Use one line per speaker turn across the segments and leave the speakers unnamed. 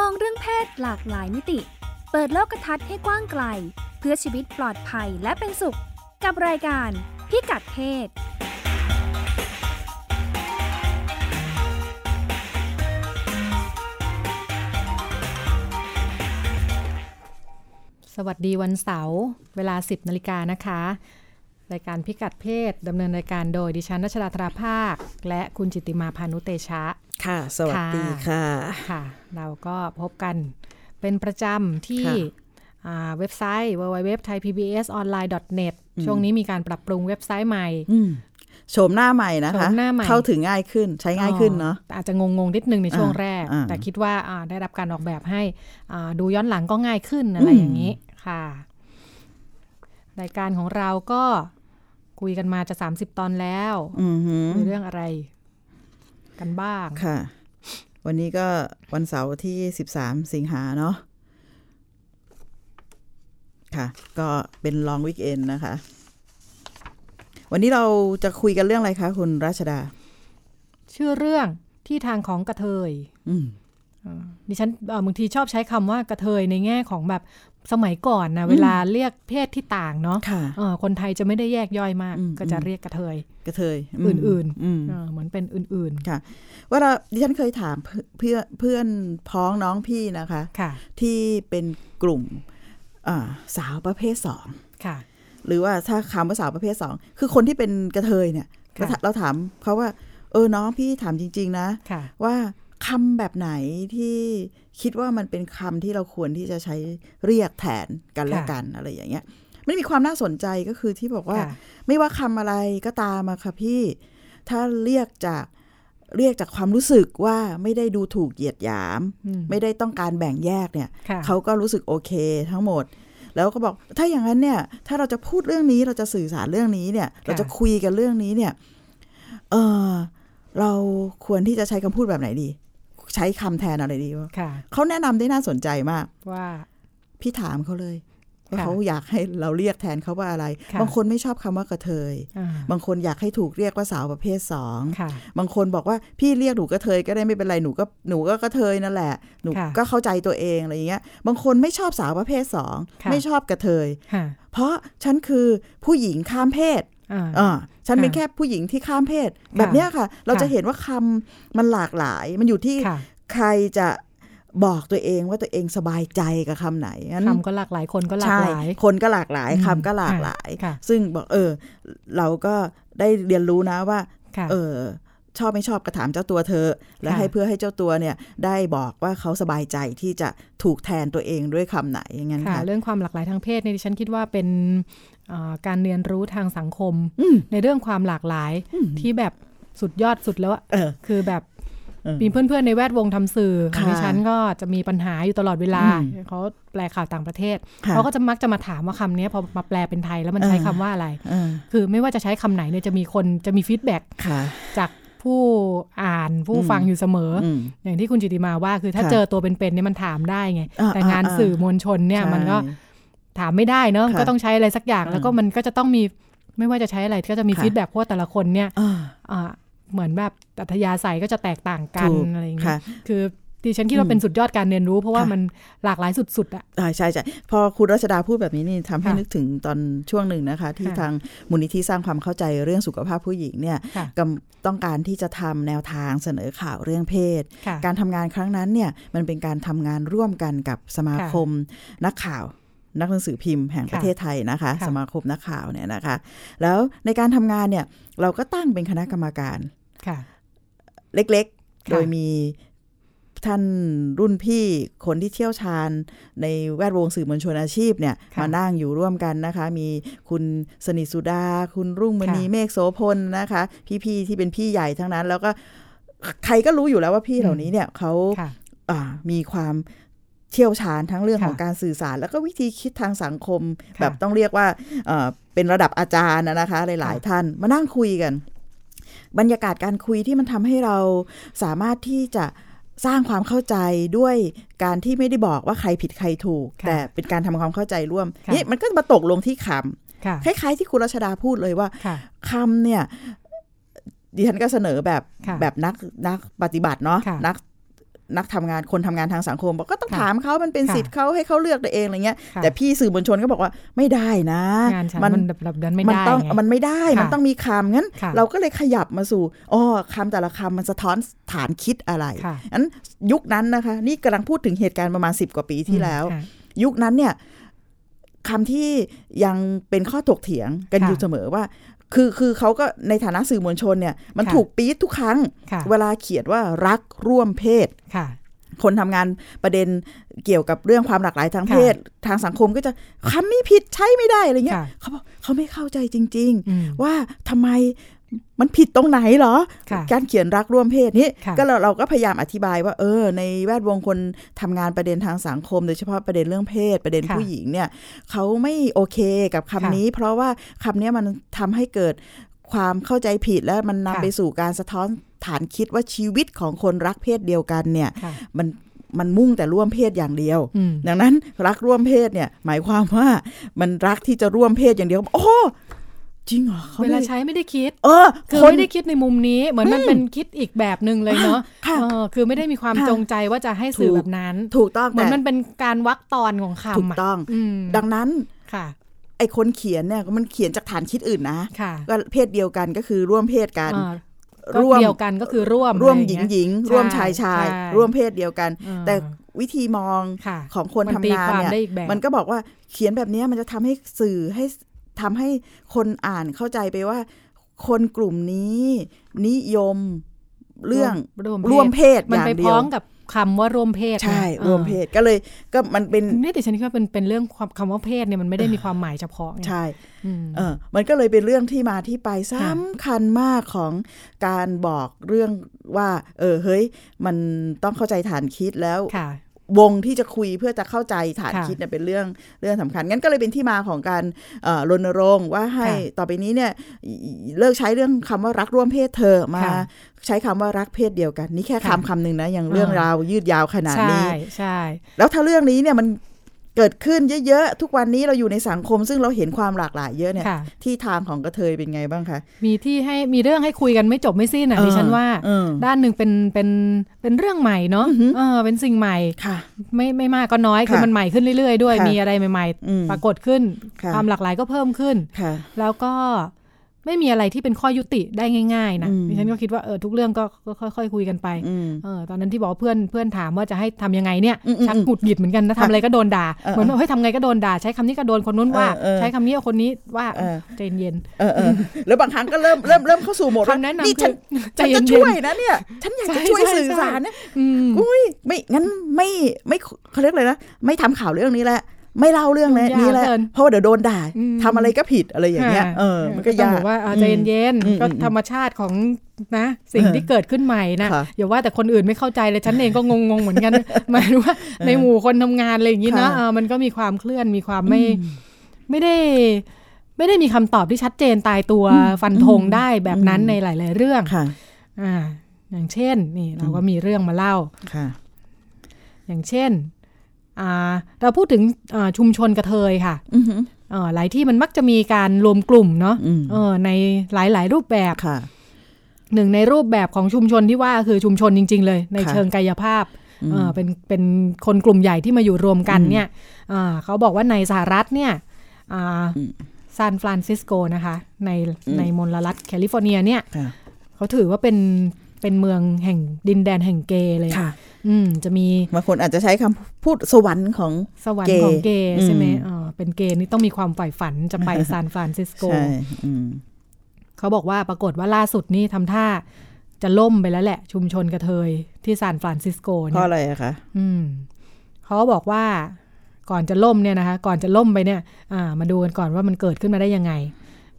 ศหลากหลายมิติ เปิดโลกทัศน์ให้กว้างไกล เพื่อชีวิตปลอดภัยและเป็นสุข กับรายการพิกัดเพศ
สวัสดีวันเสาร์เวลา 10นาฬิกานะคะ รายการพิกัดเพศดำเนินรายการโดยดิฉันรัชดาธราภาค และคุณจิตติมาพานุเตชะ
ค่ะ สวัสดีค่ะ
ค่ะ เราก็พบกันเป็นประจำที่
ค่ะ
อ่าเว็บไซต์ www.thaipbsonline.net ช่วงนี้มีการปรับปรุงเว็บไซต์ใหม่
อืมโฉมหน้าใหม่นะคะ
โฉมหน้าใหม่
เข้าถึงง่ายขึ้นใช้ง่ายขึ้นเนาะ
อาจจะงงๆนิดนึงในช่วง
อ่า
แรก
อ่า
แต่คิดว่าอ่าได้รับการออกแบบให้อ่าดูย้อนหลังก็ง่ายขึ้นอะไร
อืม
อย่างนี้ค่ะ รายการของเราก็คุยกันมาจะ 30 ตอนแล้ว
อือหือ
มีเรื่องอะไร กันบ้าง
ค่ะ วันนี้ก็วันเสาร์ที่ 13 สิงหาเนาะค่ะ ก็เป็นลองวิกเอนนะคะ วันนี้เราจะคุยกันเรื่องอะไรคะคุณราชดา
ชื่อเรื่องที่ทางของกระเทย
อืม
อ่าดิฉันเอ่อบางทีชอบใช้คำว่ากระเทยในแง่ของแบบสมัยก่อนนะ
อืม
เวลาเรียกเพศที่ต่างเนาะ
ค่ะ
เอ่อคนไทยจะไม่ได้แยกย่อยมาก
อืม
ก็จะเรียกกระเทย
กระเทย
อื่น
อืม
เอ่อเหมือนเป็นอื่น
เว่าเราดิฉันเคยถามเพื่อนเพื่อนเพื่อนพ้องน้องพี่นะคะ
ๆ ค่ะ
ที่เป็นกลุ่มอ่าสาวประเภทสอง
ค่ะ
หรือว่าถ้าคำว่าสาวประเภทสอง คือคนที่เป็นกระเทยเนี่ย
ค่ะ
เราเราถามเขาว่า เออน้องพี่ถามจริง ๆ นะ
ค่ะ
ว่าคำแบบไหนที่คิดว่ามันเป็นคำที่เราควรที่จะใช้เรียกแทนกันและ
ค่ะ
กันอะไรอย่างเงี้ยมันมีความน่าสนใจก็คือที่บอกว่า
ค่ะ
ไม่ว่าคำอะไรก็ตามอะค่ะพี่ ถ้าเรียกจากเรียกจากความรู้สึกว่าไม่ได้ดูถูกเหยียดหยาม
อืม
ไม่ได้ต้องการแบ่งแยกเนี่ย
ค่ะ
เขาก็รู้สึกโอเคทั้งหมด แล้วก็บอกถ้าอย่างนั้นเนี่ย ถ้าเราจะพูดเรื่องนี้เราจะสื่อสารเรื่องนี้เนี่ย เราจะคุยกันเรื่องนี้เนี่ย เออเราควรที่จะใช้คำพูดแบบไหนดี ใช้คำแทนอะไรดีวะ
ค่ะ
เขาแนะนำได้น่าสนใจมาก
ว่า
พี่ถามเขาเลยว่า
ค่ะ
เขาอยากให้เราเรียกแทนเขาว่าอะไร
ค่ะ
บางคนไม่ชอบคำว่ากระเทย
อ่า
บางคนอยากให้ถูกเรียกว่าสาวประเภทสอง
ค่ะ
บางคนบอกว่าพี่เรียกหนูกระเทยก็ได้ไม่เป็นไรหนูก็หนูก็กระเทยนั่นแหละ หนู
ค่ะ
ก็เข้าใจตัวเองอะไรอย่างเงี้ย บางคนไม่ชอบสาวประเภทสองไม่ชอบกระเทย
ค่ะ
เพราะฉันคือผู้หญิงข้ามเพศ
อ่า
เออฉันเป็น
ค่ะ
แค่ผู้หญิงที่ข้ามเพศ แบบเนี้ยค่ะ เรา
ค่ะ
จะเห็นว่าคำมันหลากหลาย มันอยู่ที่
ค่ะ
ใครจะบอกตัวเองว่าตัวเองสบายใจกับคำไหนงั้น
คำก็หลากหลายคนก็หลาก
ใช่
หลาย
คนก็หลากหลาย
อืม
คำก็หลากหลาย
ค่ะ
ซึ่งบอกเออ เราก็ได้เรียนรู้นะว่า
ค่ะ
เออ ชอบไม่ชอบก็ถามเจ้าตัวเธอะและ
ค่ะ
ให้เพื่อให้เจ้าตัวเนี่ย ได้บอกว่าเขาสบายใจที่จะถูกแทนตัวเองด้วยคำไหนอย่างนั้น
ค่ะ
ค่ะ
เรื่องความหลากหลายทางเพศเนี่ยดิฉันคิดว่าเป็นอ่าการเรียนรู้ทางสังคม
อืม
ในเรื่องความหลากหลาย
อืม
ที่แบบสุดยอดสุดแล้วอะ
เออ
คือแบบ
เออ
มีเพื่อนๆในแวดวงทำสื่อของ
ค่ะ
ดิฉันก็จะมีปัญหาอยู่ตลอดเวลา
อืม
เขาแปลข่าวต่างประเทศ
ค่ะ
เขาก็จะมักจะมาถามว่าคำนี้พอมาแปลเป็นไทยแล้วมัน
เออ
ใช้คำว่าอะไร
เออ
คือไม่ว่าจะใช้คำไหนเนี่ยจะมีคนจะมีฟีดแบ็ก
ค่ะ
จากผู้อ่านผู้
อืม
ฟังอยู่เสมออ
อืม
อย่างที่คุณจิติมาว่าคือถ้า
ค่ะ
เจอตัวเป็นๆเนี่ยมันถามได้ไง
อ่า
แต่งาน
อ่าอ่า
สื่อมวลชนเนี่ยมันก็
ใช่
ถามไม่ได้เนอะ
ค่ะ
ก็ต้องใช้อะไรสักอย่างแล้วก็
อืม
มันก็จะต้องมีไม่ว่าจะใช้อะไรก็จะมี
ค่ะ
ฟีดแบ็กเพราะว่าแต่ละคนเนี่ย
อ่า
อ่าเหมือนแบบอัธยาศัยก็จะแตกต่างกัน
ถูก
อะไรอย่าง
ค่ะ
เงี้ยคือดิฉันคิดว่า
อืม
เป็นสุดยอดการเรียนรู้เพราะว่า
ค่ะ
มันหลากหลายสุดๆอ่ะ
อ่าใช่ใช่พอคุณรัชดาพูดแบบนี้นี่ทำให้
ค่ะ
นึกถึงตอนช่วงหนึ่งนะคะ ที่
ค่ะ
ทางมูลนิธิสร้างความเข้าใจเรื่องสุขภาพผู้หญิงเนี่ย
ค่ะ
กำต้องการที่จะทำแนวทางเสนอข่าวเรื่องเพศ
ค่ะ
การทำงานครั้งนั้นเนี่ยมันเป็นการทำงานร่วมกันกับสมาคมนักข่าว นักหนังสือพิมพ์แห่ง
ค่ะ
ประเทศไทยนะคะ
ค่ะ
สมาคมนักข่าวเนี่ยนะคะ แล้วในการทำงานเนี่ยเราก็ตั้งเป็นคณะกรรมการ
ค่ะ
เล็ก
ค่ะ
ๆ โดยมีท่านรุ่นพี่คนที่เชี่ยวชาญในแวดวงสื่อมวลชนอาชีพเนี่ย
ค่ะ
มานั่งอยู่ร่วมกันนะคะ มีคุณสนิทสุดา คุณรุ่งมณี
ค่ะ
เมฆโสพลนะคะ พี่ๆที่เป็นพี่ใหญ่ทั้งนั้น แล้วก็ใครก็รู้อยู่แล้วว่าพี่เหล่านี้เนี่ยเขา
ค่ะ
อ่ามีความเชี่ยวชาญทั้งเรื่อง
ค่ะ
ของการสื่อสาร แล้วก็วิธีคิดทางสังคม
ค่ะ
แบบต้องเรียกว่าเอ่อเป็นระดับอาจารย์นะนะคะ หลาย ๆ ท่านมานั่งคุยกัน บรรยากาศการคุยที่มันทำให้เราสามารถที่จะสร้างความเข้าใจด้วยการที่ไม่ได้บอกว่าใครผิดใครถูก
ค่ะ
แต่เป็นการทำความเข้าใจร่วม
ค่ะ
นี่มันก็มาตกลงที่คำ
ค่ะ
คล้าย ๆ ที่คุณรัชดาพูดเลยว่า
ค่ะ
คำเนี่ยดิฉันก็เสนอแบบ
ค่ะ
แบบนักนักปฏิบัติเนาะ
ค่ะ
นัก นักทำงานคนทำงานทางสังคม บอกก็ต้อง
ค่ะ
ถามเขามันเป็น
ค่ะ
สิทธิ์เขาให้เขาเลือกตัวเองอะไรเงี้ย
ค่ะ
แต่พี่สื่อมวลชนก็บอกว่าไม่ได้นะ
งานฉันมันแบบนั้นไม่
มัน
ได้
ต้อง
ไง
มันไม่ได้
ค่ะ
มันต้องมีคำงั้น
ค่ะ
เราก็เลยขยับมาสู่อ๋อคำแต่ละคำมันสะท้อนฐานคิดอะไร
ค่ะ
งั้นยุคนั้นนะคะ นี่กำลังพูดถึงเหตุการณ์ประมาณ 10 กว่าปีที่แล้ว
ค่ะ
ยุคนั้นเนี่ยคำที่ยังเป็นข้อถกเถียงกัน
ค่ะ
อยู่เสมอว่า คือคือเขาก็ในฐานะสื่อมวลชนเนี่ย มัน
ค่ะ
ถูกปี๊ดทุกครั้ง
ค่ะ
เวลาเขียนว่ารักร่วมเพศ
ค่ะ
คนทำงานประเด็นเกี่ยวกับเรื่องความหลากหลายทางเพศ ทางสังคมก็จะคำนี้ผิดใช้ไม่ได้อะไรเงี้ย
ค่ะ
เขาบอกเขาไม่เข้าใจจริง ๆ
อืม
ว่าทำไมมันผิดตรงไหนเหรอ
ค่ะ
การเขียนรักร่วมเพศนี้
ค่ะ
ก็เราเราก็พยายามอธิบายว่าเออ ในแวดวงคนทำงานประเด็นทางสังคม โดยเฉพาะประเด็นเรื่องเพศ ประเด็นผู้หญิงเนี่ยเขาไม่โอเคกับคำนี้ เพราะว่าคำเนี้ยมันทำให้เกิดความเข้าใจผิดและมันนำไปสู่การสะท้อนฐานคิดว่าชีวิตของคนรักเพศเดียวกันเนี่ย
ค่ะ
มันมันมุ่งแต่ร่วมเพศอย่างเดียว
อืม
ดังนั้นรักร่วมเพศเนี่ย หมายความว่ามันรักที่จะร่วมเพศอย่างเดียว โอ้จริงเหรอเขา
เว
ไม่
ลาใช้ไม่ได้คิด
เออ
คือ
คน
ไม่ได้คิดในมุมนี้ เหมือนมันเป็นคิดอีกแบบหนึ่งเลยเนาะ
ค่ะ
เออคือไม่ได้มีความ
ค่ะ
จงใจว่าจะให้สื่อ
ถู
แบ
ก
บนั้น
ถูกต้อง
เหมือน
แต่
มันเป็นการวักตอนของ
ถูก
คำอ่ะ
ต้อง
อืม
ดังนั้น
ค่ะ
ไอ้คนเขียนเนี่ยมันเขียนจากฐานคิดอื่นนะ
ค่ะ
ก็เพศเดียวกันก็คือร่วมเพศกัน
เอ่อก็
ร่วม
เดียวกันก็คือร่วม
ร่วม
อะ
ห
ไอ
ญิง
ย่า
ห
เย
ญิงร่วมชายชาย
ใช่
ร่วมเพศเดียวกัน
เออ
แต่วิธีมอง
ค่ะ
ของคน
มั
ทำ
ตี
งาน
ความ
เนี่ย
ได้อีกแบบ
มันก็บอกว่าเขียนแบบเนี้ยมันจะทำให้สื่อให้ทำให้คนอ่านเข้าใจไปว่า คนกลุ่มนี้ นิยมเรื่อง
ร่วม
ร่วม
เพศ
เพศอ
มัน
ย่าง
ไป
เดี
พ้
ย
อ
ว
งกับคำว่าร่วมเพศนะ
ใช่
ออ
ร่วมเพศก็เลยก็มันเป็น
เนี่ยแต่ฉันคิดว่าเป็นเป็นเรื่องความคำว่าเพศเนี่ยมันไม่ได้มีความหมายเฉพาะไง
ใช่
อืม
เออมันก็เลยเป็นเรื่องที่มาที่ไป
ค่ะ
สำคัญมากของการบอกเรื่องว่า เออเฮ้ย มันต้องเข้าใจฐานคิดแล้ว
ค่ะ
วงที่จะคุยเพื่อจะเข้าใจฐาน
ค่ะ
คิดเนี่ยเป็นเรื่องเรื่องสำคัญงั้นก็เลยเป็นที่มาของการเอ่อรณรงค์ว่าให้
ค่ะ
ต่อไปนี้เนี่ยเลิกใช้เรื่องคำว่ารักร่วมเพศเธอะมา
ค่ะ
ใช้คำว่ารักเพศเดียวกัน นี่แค่
ค่ะ
คำคำหนึ่งนะยังเรื่อง
อ่าร
ราวยืดยาวขนาด
ใช่
นี้
ใช่
แล้วถ้าเรื่องนี้เนี่ยมันเกิดขึ้นเยอะๆ ทุกวันนี้เราอยู่ในสังคม ซึ่งเราเห็นความหลากหลายเยอะเนี่ย
ค่ะ
ที่ทางของกระเทยเป็นไงบ้างคะ
มีที่ให้มีเรื่องให้คุยกันไม่จบไม่สิ้นอ่ะ
เออ
ดิฉันว่า
เออ
ด้านหนึ่งเป็นเป็นเป็นเรื่องใหม่เนาะ
อือหือ
เออเป็นสิ่งใหม่
ค่ะ
ไม่ไม่มากก็น้อยคือ
ค่ะ
มันใหม่ขึ้นเรื่อยๆด้วย
ค่ะ
มีอะไรใหม่
อืม
ๆ ปรากฏขึ้น
ค่ะ
ความหลากหลายก็เพิ่มขึ้น
ค่ะ
แล้วก็ไม่มีอะไรที่เป็นข้อยุติได้ง่าย ๆ นะ
อืม
ดิฉันก็คิดว่าเออทุกเรื่องก็ก็ค่อยๆคุยกันไป
อืม
เออตอนนั้นที่บอกว่าเพื่อนเพื่อนถามว่าจะให้ทำยังไงเนี่ย
อืมอืม
ชักหงุดหงิดเหมือนกันนะ
ค่ะ
ทำอะไรก็โดนด่า
เออ
เหมือนว่าเฮ้ยทำไงก็โดนด่า ใช้คำนี้ก็โดนคนนู้นว่า
เออเออ
ใช้คำนี้กับคนนี้ว่า
เออ
ใจเย็น
เออเออแล้วบางครั้งก็เริ่มเริ่มเริ่มเข้าสู่โหมดว่า
คำแนะ
นี่
นำ
ฉั
คื
น
อใจ
ฉัน
เย็
จะ
น
ช่วยนะเนี่ย ฉันอยากจะช่วย
ใ
สื่อสารนะ
อืม
อุ้ยไม่งั้นไม่ไม่เขาเรียกอะไรนะ ไม่ทำข่าวเรื่องนี้แล้วไม่เล่าเรื่อง
มันยาก
นี้แล้ว
เกิน
เพราะว่าเดี๋ยวโดนด่า
อืม
ทำอะไรก็ผิดอะไรอย่างเงี้ย
ค่ะ
เออ มันก็
ต้อง
ยา
บ
ก
อว่าอ่าใจเย็น
อืม
ๆก็
อืม
ธรรมชาติของนะ สิ่ง
เออ
ที่เกิดขึ้นใหม่นะ
ค่ะ
อย่าว่าแต่คนอื่นไม่เข้าใจเลยฉันเองก็งงๆเหมือนกัน หมายถึงว่าในหมู่คนทำงานอะไรอย่างนี้นะ
ค่ะ
เออมันก็มีความเคลื่อนมีความไม่ไม่ได้ ไม่ได้มีคำตอบที่ชัดเจนตายตัวฟันธงได้แบบนั้นในหลาย ๆ เรื่อง
ค่ะ
อ่า อย่างเช่น นี่เราก็มีเรื่องมาเล่า
ค่ะ
อย่างเช่นอ่าเราพูดถึงอ่าชุมชนกระเทยค่ะ
อือหือ
เอ่อหลายที่มันมักจะมีการรวมกลุ่มเนาะ
อืม
เออในหลาย ๆ รูปแบบ
ค่ะ
หนึ่งในรูปแบบของชุมชนที่ว่าคือชุมชนจริง ๆ เลย ใน
ค่ะ
เชิงกายภาพ
อืม
เออเป็นเป็นคนกลุ่มใหญ่ที่มาอยู่รวมกัน
อืม
เนี่ยอ่าเขาบอกว่าในสหรัฐเนี่ยอ่า
อืม
ซานฟรานซิสโกนะคะ ใน
อืม
ในมลรัฐแคลิฟอร์เนียเนี่ย
ค่ะ
เขาถือว่าเป็นเป็นเมืองแห่งดินแดนแห่งเกย์เลยอะ
ค่ะ
อืมจะมี
บางคนอาจจะใช้คำพูดสวรรค์ของ
สวรรค์ของเกย์
เกย์
ใช่ไหม
อืม
เออเป็นเกย์นี่ต้องมีความใฝ่ฝันจะไปซานฟรานซิสโก
ใช่อืม
เขาบอกว่าปรากฏว่าล่าสุดนี่ทำท่าจะล่มไปแล้วแหละ ชุมชนกระเทยที่ซานฟรานซิสโก
เพ
เนี่ย
ราะอะไรอะคะ
อืมเขาบอกว่าก่อนจะล่มเนี่ยนะคะ ก่อนจะล่มไปเนี่ยอ่ามาดูกันก่อนว่ามันเกิดขึ้นมาได้ยังไง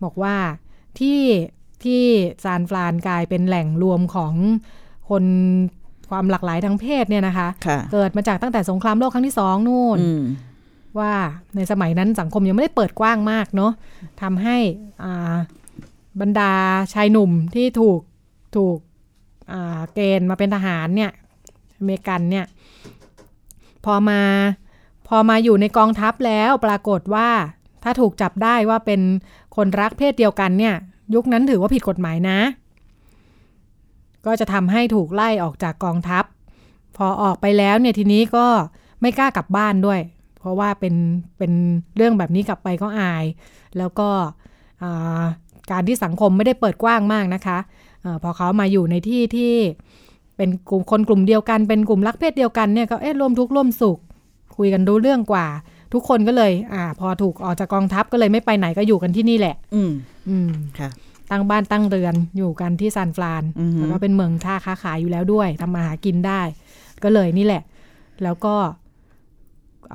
บอกว่าที่ที่ซานฟรานกลายเป็นแหล่งรวมของคนความหลากหลายทางเพศเนี่ยนะคะ
ค่ะ
เกิดมาจากตั้งแต่สงครามโลกครั้งที่สองนู่น
อืม
ว่าในสมัยนั้นสังคมยังไม่ได้เปิดกว้างมากเนาะทำให้อ่าบรรดาชายหนุ่มที่ถูกถูกอ่าเกณฑ์มาเป็นทหารเนี่ยอเมริกันเนี่ยพอมาพอมาอยู่ในกองทัพแล้วปรากฏว่าถ้าถูกจับได้ว่าเป็นคนรักเพศเดียวกันเนี่ย ยุคนั้นถือว่าผิดกฎหมายนะ ก็จะทำให้ถูกไล่ออกจากกองทัพ พอออกไปแล้วเนี่ยทีนี้ก็ไม่กล้ากลับบ้านด้วย เพราะว่าเป็นเป็นเรื่องแบบนี้กลับไปก็อาย แล้วก็อ่าการที่สังคมไม่ได้เปิดกว้างมากนะคะเออพอเขามาอยู่ในที่ที่เป็นกลุ่มคนกลุ่มเดียวกันเป็นกลุ่มรักเพศเดียวกันเนี่ยก็เอ๊ะร่วมทุกข์ร่วมสุข คุยกันรู้เรื่องกว่า ทุกคนก็เลยอ่าพอถูกออกจากกองทัพก็เลยไม่ไปไหนก็อยู่กันที่นี่แหละ
อืม
อืม
ค่ะ
ตั้งบ้านตั้งเรือนอยู่กันที่ซานฟราน
อือฮึ
แล้วก็เป็นเมืองท่าค้าขายอยู่แล้วด้วยทำมาหากินได้ ก็เลยนี่แหละ แล้วก็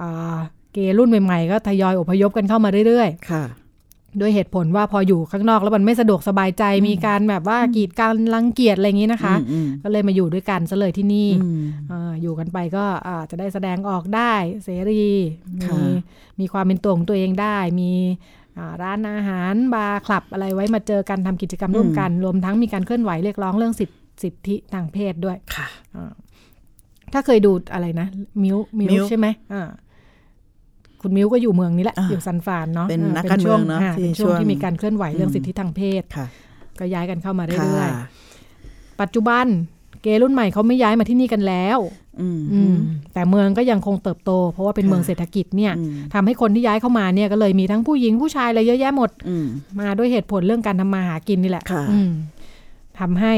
อ่าเกย์รุ่นใหม่ๆ ก็ทยอยอพยพกันเข้ามาเรื่อย
ค่ะ
ๆ ด้วยเหตุผลว่าพออยู่ข้างนอกแล้วมันไม่สะดวกสบายใจมีการแบบว่ากีดกันรังเกียจอะไรอย่างนี้นะคะ
อืม
ก็เลยมาอยู่ด้วยกันซะเลยที่นี่
อืม
เอ่ออยู่กันไปก็อ่าจะได้แสดงออกได้เสรี
ค่ะ
มีมีความเป็นตัวของตัวเองได้ มีอ่าร้านอาหารบาร์คลับอะไรไว้มาเจอกันทำกิจกรรมร่วมกัน รวมทั้งมีการเคลื่อนไหวเรียกร้องเรื่องสิทธิสิทธิทางเพศด้วย
ค่ะ
ถ้าเคยดูอะไรนะ มิวมิว
Milk
ใช่ไหมอ่าคุณมิวก็อยู่เมืองนี้แหละ
อ่า
อยู่ซันฟรานเนาะ
เป็น
อ่
นักการเมืองเนอะ
ป็ช่
ที่
วง
ช่วง
ที่มีการเคลื่อนไหวเรื่องสิทธิทางเพศ
ค่ะ
ก็ย้ายกันเข้ามา
ค่ะ
เรื่อยๆปัจจุบันเกย์รุ่นใหม่เขาไม่ย้ายมาที่นี่กันแล้ว
อืม
อืมแต่เมืองก็ยังคงเติบโต เพราะว่าเป็น
ค่ะ
เมืองเศรษฐกิจเนี่ย
อืม
ทำให้คนที่ย้ายเข้ามาเนี่ยก็เลยมีทั้งผู้หญิงผู้ชายอะไรเยอะแยะหมด
อืม
มาด้วยเหตุผลเรื่องการทำมาหากินนี่แหละ
ค่ะ
อืมทำให้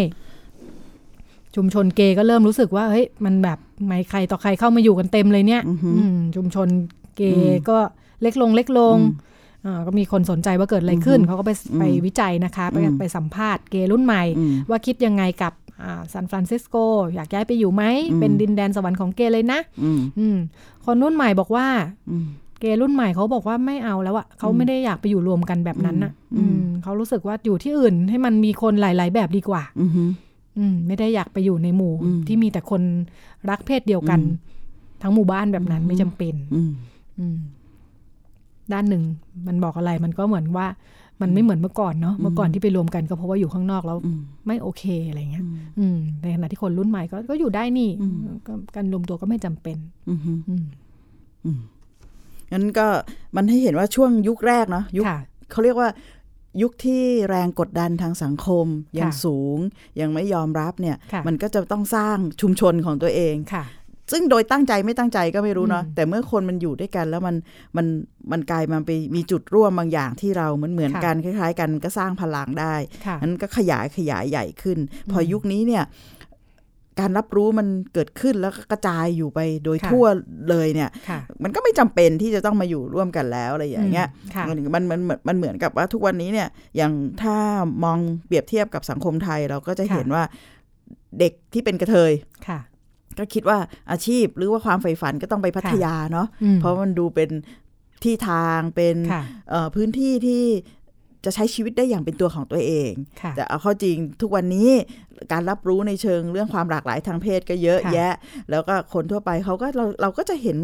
ชุมชนเกย์ก็เริ่มรู้สึกว่าเฮ้ยมันแบบไม่ใครต่อใครเข้ามาอยู่กันเต็มเลยเนี่ย
อือหือ
อืมชุมชนเกย์ก็เล็กลงเล็กลงเอ่อก็มีคนสนใจว่าเกิดอะไรขึ้น เขาก็ไปไปวิจัยนะคะ ไป
อืม
ไปสัมภาษณ์เกย์รุ่นใหม่
อืม
ว่าคิดยังไงกับอ่าซานฟรานซิสโก อยากย้ายไปอยู่ไหม
อืม
เป็นดินแดนสวรรค์ของเกย์เลยนะ
อืม
อืม คนรุ่นใหม่บอกว่า
อืม
เกย์รุ่นใหม่เขาบอกว่าไม่เอาแล้วอะเขาไม่ได้อยากไปอยู่รวมกันแบบนั้นอะ
อืม
อืมเขารู้สึกว่าอยู่ที่อื่น ให้มันมีคนหลาย ๆ แบบดีกว่า
อืม
อืม ไม่ได้อยากไปอยู่ในหมู่
อืม
ที่มีแต่คนรักเพศเดียวกัน
อืม
ทั้งหมู่บ้านแบบนั้น
อืม
ไม่จำเป็น
อืม
อืม ด้านหนึ่งมันบอกอะไรมันก็เหมือนว่า มันไม่เหมือนเมื่อก่อนเนาะเมื่อก่อนที่ไปรวมกันก็เพราะว่าอยู่ข้างนอกแล้ว
อืม
ไม่โอเคอะไรเงี้ย อืมในขณะที่คนรุ่นใหม่ก็ก็อยู่ได้นี่
อืม
ก็การรวมตัวก็ไม่จำเป็น
อืม
อืม
งั้นก็มันให้เห็นว่าช่วงยุคแรกเนาะยุค
ค่ะ
เขาเรียกว่ายุคที่แรงกดดันทางสังคม ยัง
ค่ะ
สูง ยังไม่ยอมรับเนี่ย
ค่ะ
มันก็จะต้องสร้างชุมชนของตัวเอง
ค่ะ
ซึ่งโดยตั้งใจไม่ตั้งใจก็ไม่รู้เนาะ
อืม
แต่เมื่อคนมันอยู่ด้วยกันแล้วมันมันมันกลายมาไปมีจุดร่วมบางอย่างที่เราเหมือนเหมือน
ค่ะ
กันคล้าย ๆ กันก็สร้างพลังได้
ค่ะ
นั้นก็ขยายขยายใหญ่ขึ้น พออ
ม
ยุคนี้เนี่ย การรับรู้มันเกิดขึ้นแล้วก็กระจายอยู่ไปโดย
ค่ะ
ทั่วเลยเนี่ย
ค่ะ
มันก็ไม่จำเป็นที่จะต้องมาอยู่ร่วมกันแล้วอะไรอย่างเงี้ย
มค่ะ
มันมันมันมันมันเหมือนกับว่าทุกวันนี้เนี่ย อย่างถ้ามองเปรียบเทียบกับสังคมไทยเราก็จะ
ค่ะ
เห็นว่าเด็กที่เป็นกระเทย
ค่ะ
ก็คิดว่าอาชีพหรือว่าความใฝ่ฝันก็ต้องไปพัทยาเนาะ
อืม
เพราะมันดูเป็นที่ทางเป็น
ค่ะ
เอ่อพื้นที่ที่จะใช้ชีวิตได้อย่างเป็นตัวของตัวเอง
ค่ะ
แต่เอาเข้าจริงทุกวันนี้การรับรู้ในเชิงเรื่องความหลากหลายทางเพศก็เยอะ
ค่ะ
แยะ แล้วก็คนทั่วไปเขาก็เราเราก็จะเห็น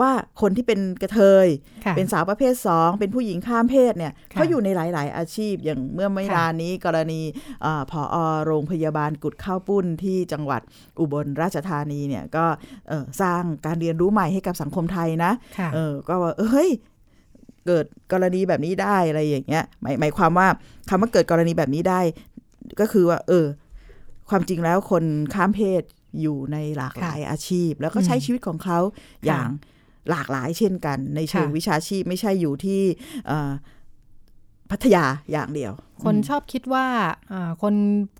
ว่าคนที่เป็นกระเทย
ค่ะ
เป็นสาวประเภท 2 เป็นผู้หญิงข้ามเพศเนี่ย
ค่ะ
เขาอยู่ในหลาย ๆ อาชีพอย่างเมื่อไม่
ค่ะ
นานนี้กรณีเออผอโรงพยาบาลกุดข้าวปุ้นที่จังหวัดอุบลราชธานีเนี่ยก็เอ่อสร้างการเรียนรู้ใหม่ให้กับสังคมไทยนะ
ค่ะ
เออก็ว่าเอ้ย เกิดกรณีแบบนี้ได้อะไรอย่างเงี้ยหมายหมายความว่าคำว่าเกิดกรณีแบบนี้ได้ ก็คือว่า เออ ความจริงแล้วคนข้ามเพศอยู่ในหลากหลายอาชีพ แล้วก็ใช้
อืม
ชีวิตของเขาอย่างหลากหลายเช่นกัน ในเชิง
ค่ะ
วิชาชีพไม่ใช่อยู่ที่เอ่อพัทยาอย่างเดียว
คนชอบคิดว่าอ่าคน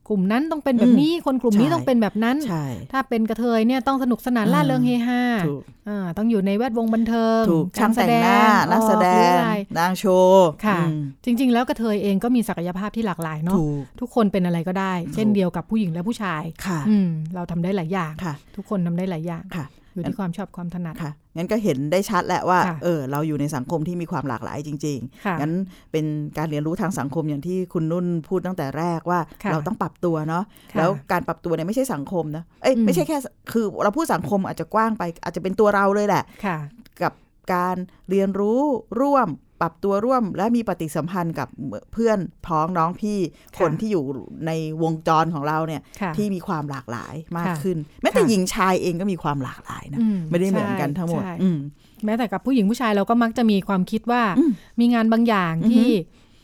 กลุ่มนั้นต้องเป็นแบบนี้ คนกลุ่มนี้
ใช่
ต้องเป็นแบบนั้น
ใช่
ถ้าเป็นกระเทยเนี่ยต้องสนุกสนาน
อ่า
ล่าเริงเฮฮา
ถูก
อ่าต้องอยู่ในแวดวงบันเทิง
ถูก
ร
ช่างแต่งหน้า
ด
นักแสด
ออหรือง อะไร
นางโชว์
ค่ะ
อืม
จริง ๆ แล้วกระเทยเองก็มีศักยภาพที่หลากหลายเนาะ
ถูก
ทุกคนเป็นอะไรก็ได้ เช่น
ถูก
เดียวกับผู้หญิงและผู้ชาย
ค่ะ
อืมเราทำได้หลายอย่าง
ค่ะ
ทุกคนทำได้หลายอย่าง
ค่ะ
อยู่ที่ความชอบความถนัด
ค่ะ งั้นก็เห็นได้ชัดแหละว่า
ค่ะ
เออ เราอยู่ในสังคมที่มีความหลากหลายจริง
ค่ะ
ๆ งั้นเป็นการเรียนรู้ทางสังคมอย่างที่คุณนุ่นพูดตั้งแต่แรกว่า
ค่ะ
เราต้องปรับตัวเนาะ
ค่ะ
แล้วการปรับตัวเนี่ยไม่ใช่สังคมนะ เอ้ย
อืม
ไม่ใช่แค่สคือเราพูดสังคมอาจจะกว้างไป อาจจะเป็นตัวเราเลยแหละ
ค่ะ
กับการเรียนรู้ร่วม ปรับตัวร่วม และมีปฏิสัมพันธ์กับเพื่อนพ้องน้องพี่
ค่ะ
คนที่อยู่ในวงจรของเราเนี่ย
ค่ะ
ที่มีความหลากหลายมาก
ค่ะ
ขึ้น แม้แต่
ค่ะ
หญิงชายเองก็มีความหลากหลายนะ
อืม
ไม่ได้เหมือนกัน
ใช่
ทั้งหมด
ใช่
อืม
แม้แต่กับผู้หญิงผู้ชายเราก็มักจะมีความคิดว่า
อืม
มีงานบางอย่าง
อือฮึ
ที่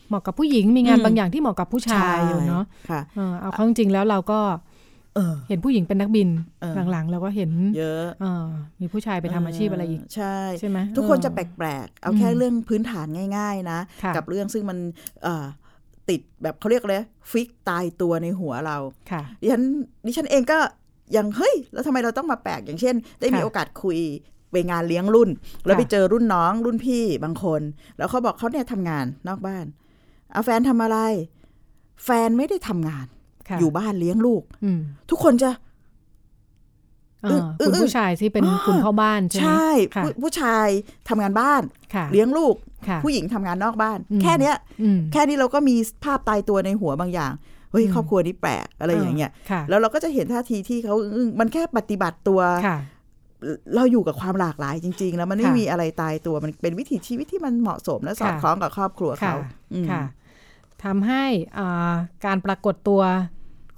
เหมาะกับผู้หญิง มีงาน
อืม
บางอย่างที่เหมาะกับผู้ชายอยู่เนาะ
ค่ะ
เออเอาเข้าจริงๆแล้วเราก็
เออ
เห็นผู้หญิงเป็นนักบิน
เออ
หลังๆเราก็เห็น
เยอะ
เออมีผู้ชายไปทำอาชีพอะไรอีก
ใช่
ใช่ไหม
ทุกคน
เออ
จะแปลกๆ เอาแค่
อืม
เรื่องพื้นฐานง่าย ๆ นะ
ค่ะ
กับเรื่องซึ่งมันเอ่อติดแบบเขาเรียกเลยฟิกตายตัวในหัวเรา
ค่ะ
ดิฉันดิฉันเองก็ยังเฮ้ย แล้วทำไมเราต้องมาแปลกอย่างเช่น ได้มี
ค่ะ
โอกาสคุยไปงานเลี้ยงรุ่น แล้ว
ค่ะ
ไปเจอรุ่นน้องรุ่นพี่บางคน แล้วเขาบอกเขาเนี่ยทำงานนอกบ้านเอาแฟนทำอะไร แฟนไม่ได้ทำงาน
ค่ะ
อยู่บ้านเลี้ยงลูก
อืม
ทุกคนจะ
เออ
เออ
คุณ
เออ
ผู้ชายที่เป็น
อ๋อ
คุณพ่อบ้านใช่ไหม
ใช่
ค่ะ
ผู้ผู้ชายทำงานบ้าน
ค่ะ
เลี้ยงลูก
ค่ะ
ผู้หญิงทำงานนอกบ้าน
อืม
แค่เนี้ย
อืม
แค่นี้เราก็มีภาพตายตัวในหัวบางอย่าง เฮ้ย
อืม
ครอบครัวนี้แปลกอะไรอย่างเงี้ย
ค่ะ
แล้วเราก็จะเห็นท่าทีที่เขาอึ้งๆมันแค่ปฏิบัติตัว
ค่ะ
เราอยู่กับความหลากหลายจริง ๆ แล้วมันไม่
ค่ะ
มีอะไรตายตัวมันเป็นวิถีชีวิตที่มันเหมาะสมและสอด
ค่ะ
คล้องกับครอบครัว
ค่ะ
เขาอืม
ค่ะทำให้อ่าการปรากฏตัว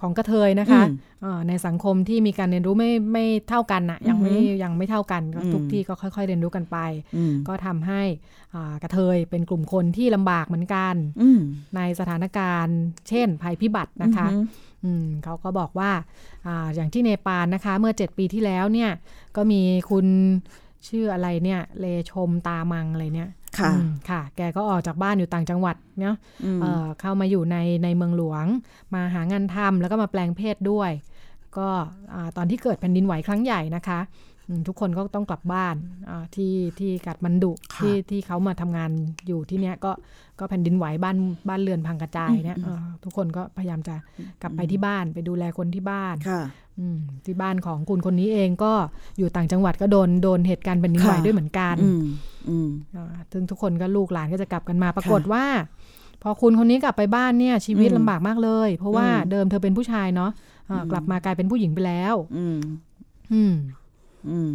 ของกระเทยนะคะ
อืม
เอ่อในสังคมที่มีการเรียนรู้ไม่ไม่เท่ากันนะยังไม่
อือหือ
ยังไม่เท่ากันก็
อืม
ทุกที่ก็ค่อย ๆ เรียนรู้กันไป
อืม
ก็ทำให้อ่ากระเทยเป็นกลุ่มคนที่ลำบากเหมือนกัน
อืม
ในสถานการณ์ เช่น ภัยพิบัตินะคะ
อืม
อืมเขาก็บอกว่าอาอย่างที่เนปาลนะคะ เมื่อ 7 ปีที่แล้วเนี่ย ก็มีคุณชื่ออะไรเนี่ย เลชมตามังอะไรเนี่ย
ค่ะ
อืมค่ะ แกก็ออกจากบ้านอยู่ต่างจังหวัดเนาะ
ม
เอ่อเข้ามาอยู่ในในเมืองหลวง มาหางานทำแล้วก็มาแปลงเพศด้วย ก็อ่าตอนที่เกิดแผ่นดินไหวครั้งใหญ่นะคะอืมทุกคนก็ต้องกลับบ้านอ่าที่ที่กัดมันดุที่ที่เขามาทำงานอยู่ที่เนี้ยก็ก็แผ่นดินไหวบ้านบ้านเรือนพังกระจายเนี่ยเอ่อทุกคนก็พยายามจะ กลับไปที่บ้านไปดูแลคนที่บ้าน
ค่ะ
อืมที่บ้านของคุณคนนี้เองก็อยู่ต่างจังหวัดก็โดนโดนเหตุการณ์แผ่นดิน
ค่ะ
ไหวด้วยเหมือนกัน
อืมอืม
อ่าซึ่งทุกคนก็ลูกหลานก็จะกลับกันมาปรากฏว่า พอคุณคนนี้กลับไปบ้านเนี่ยชีวิต
อืม
ลำบากมากเลย เพราะว่า
อืม
เดิมเธอเป็นผู้ชายเนาะอ่า
อืม
กลับมากลายเป็นผู้หญิงไปแล้ว
อืม
อืม
อืม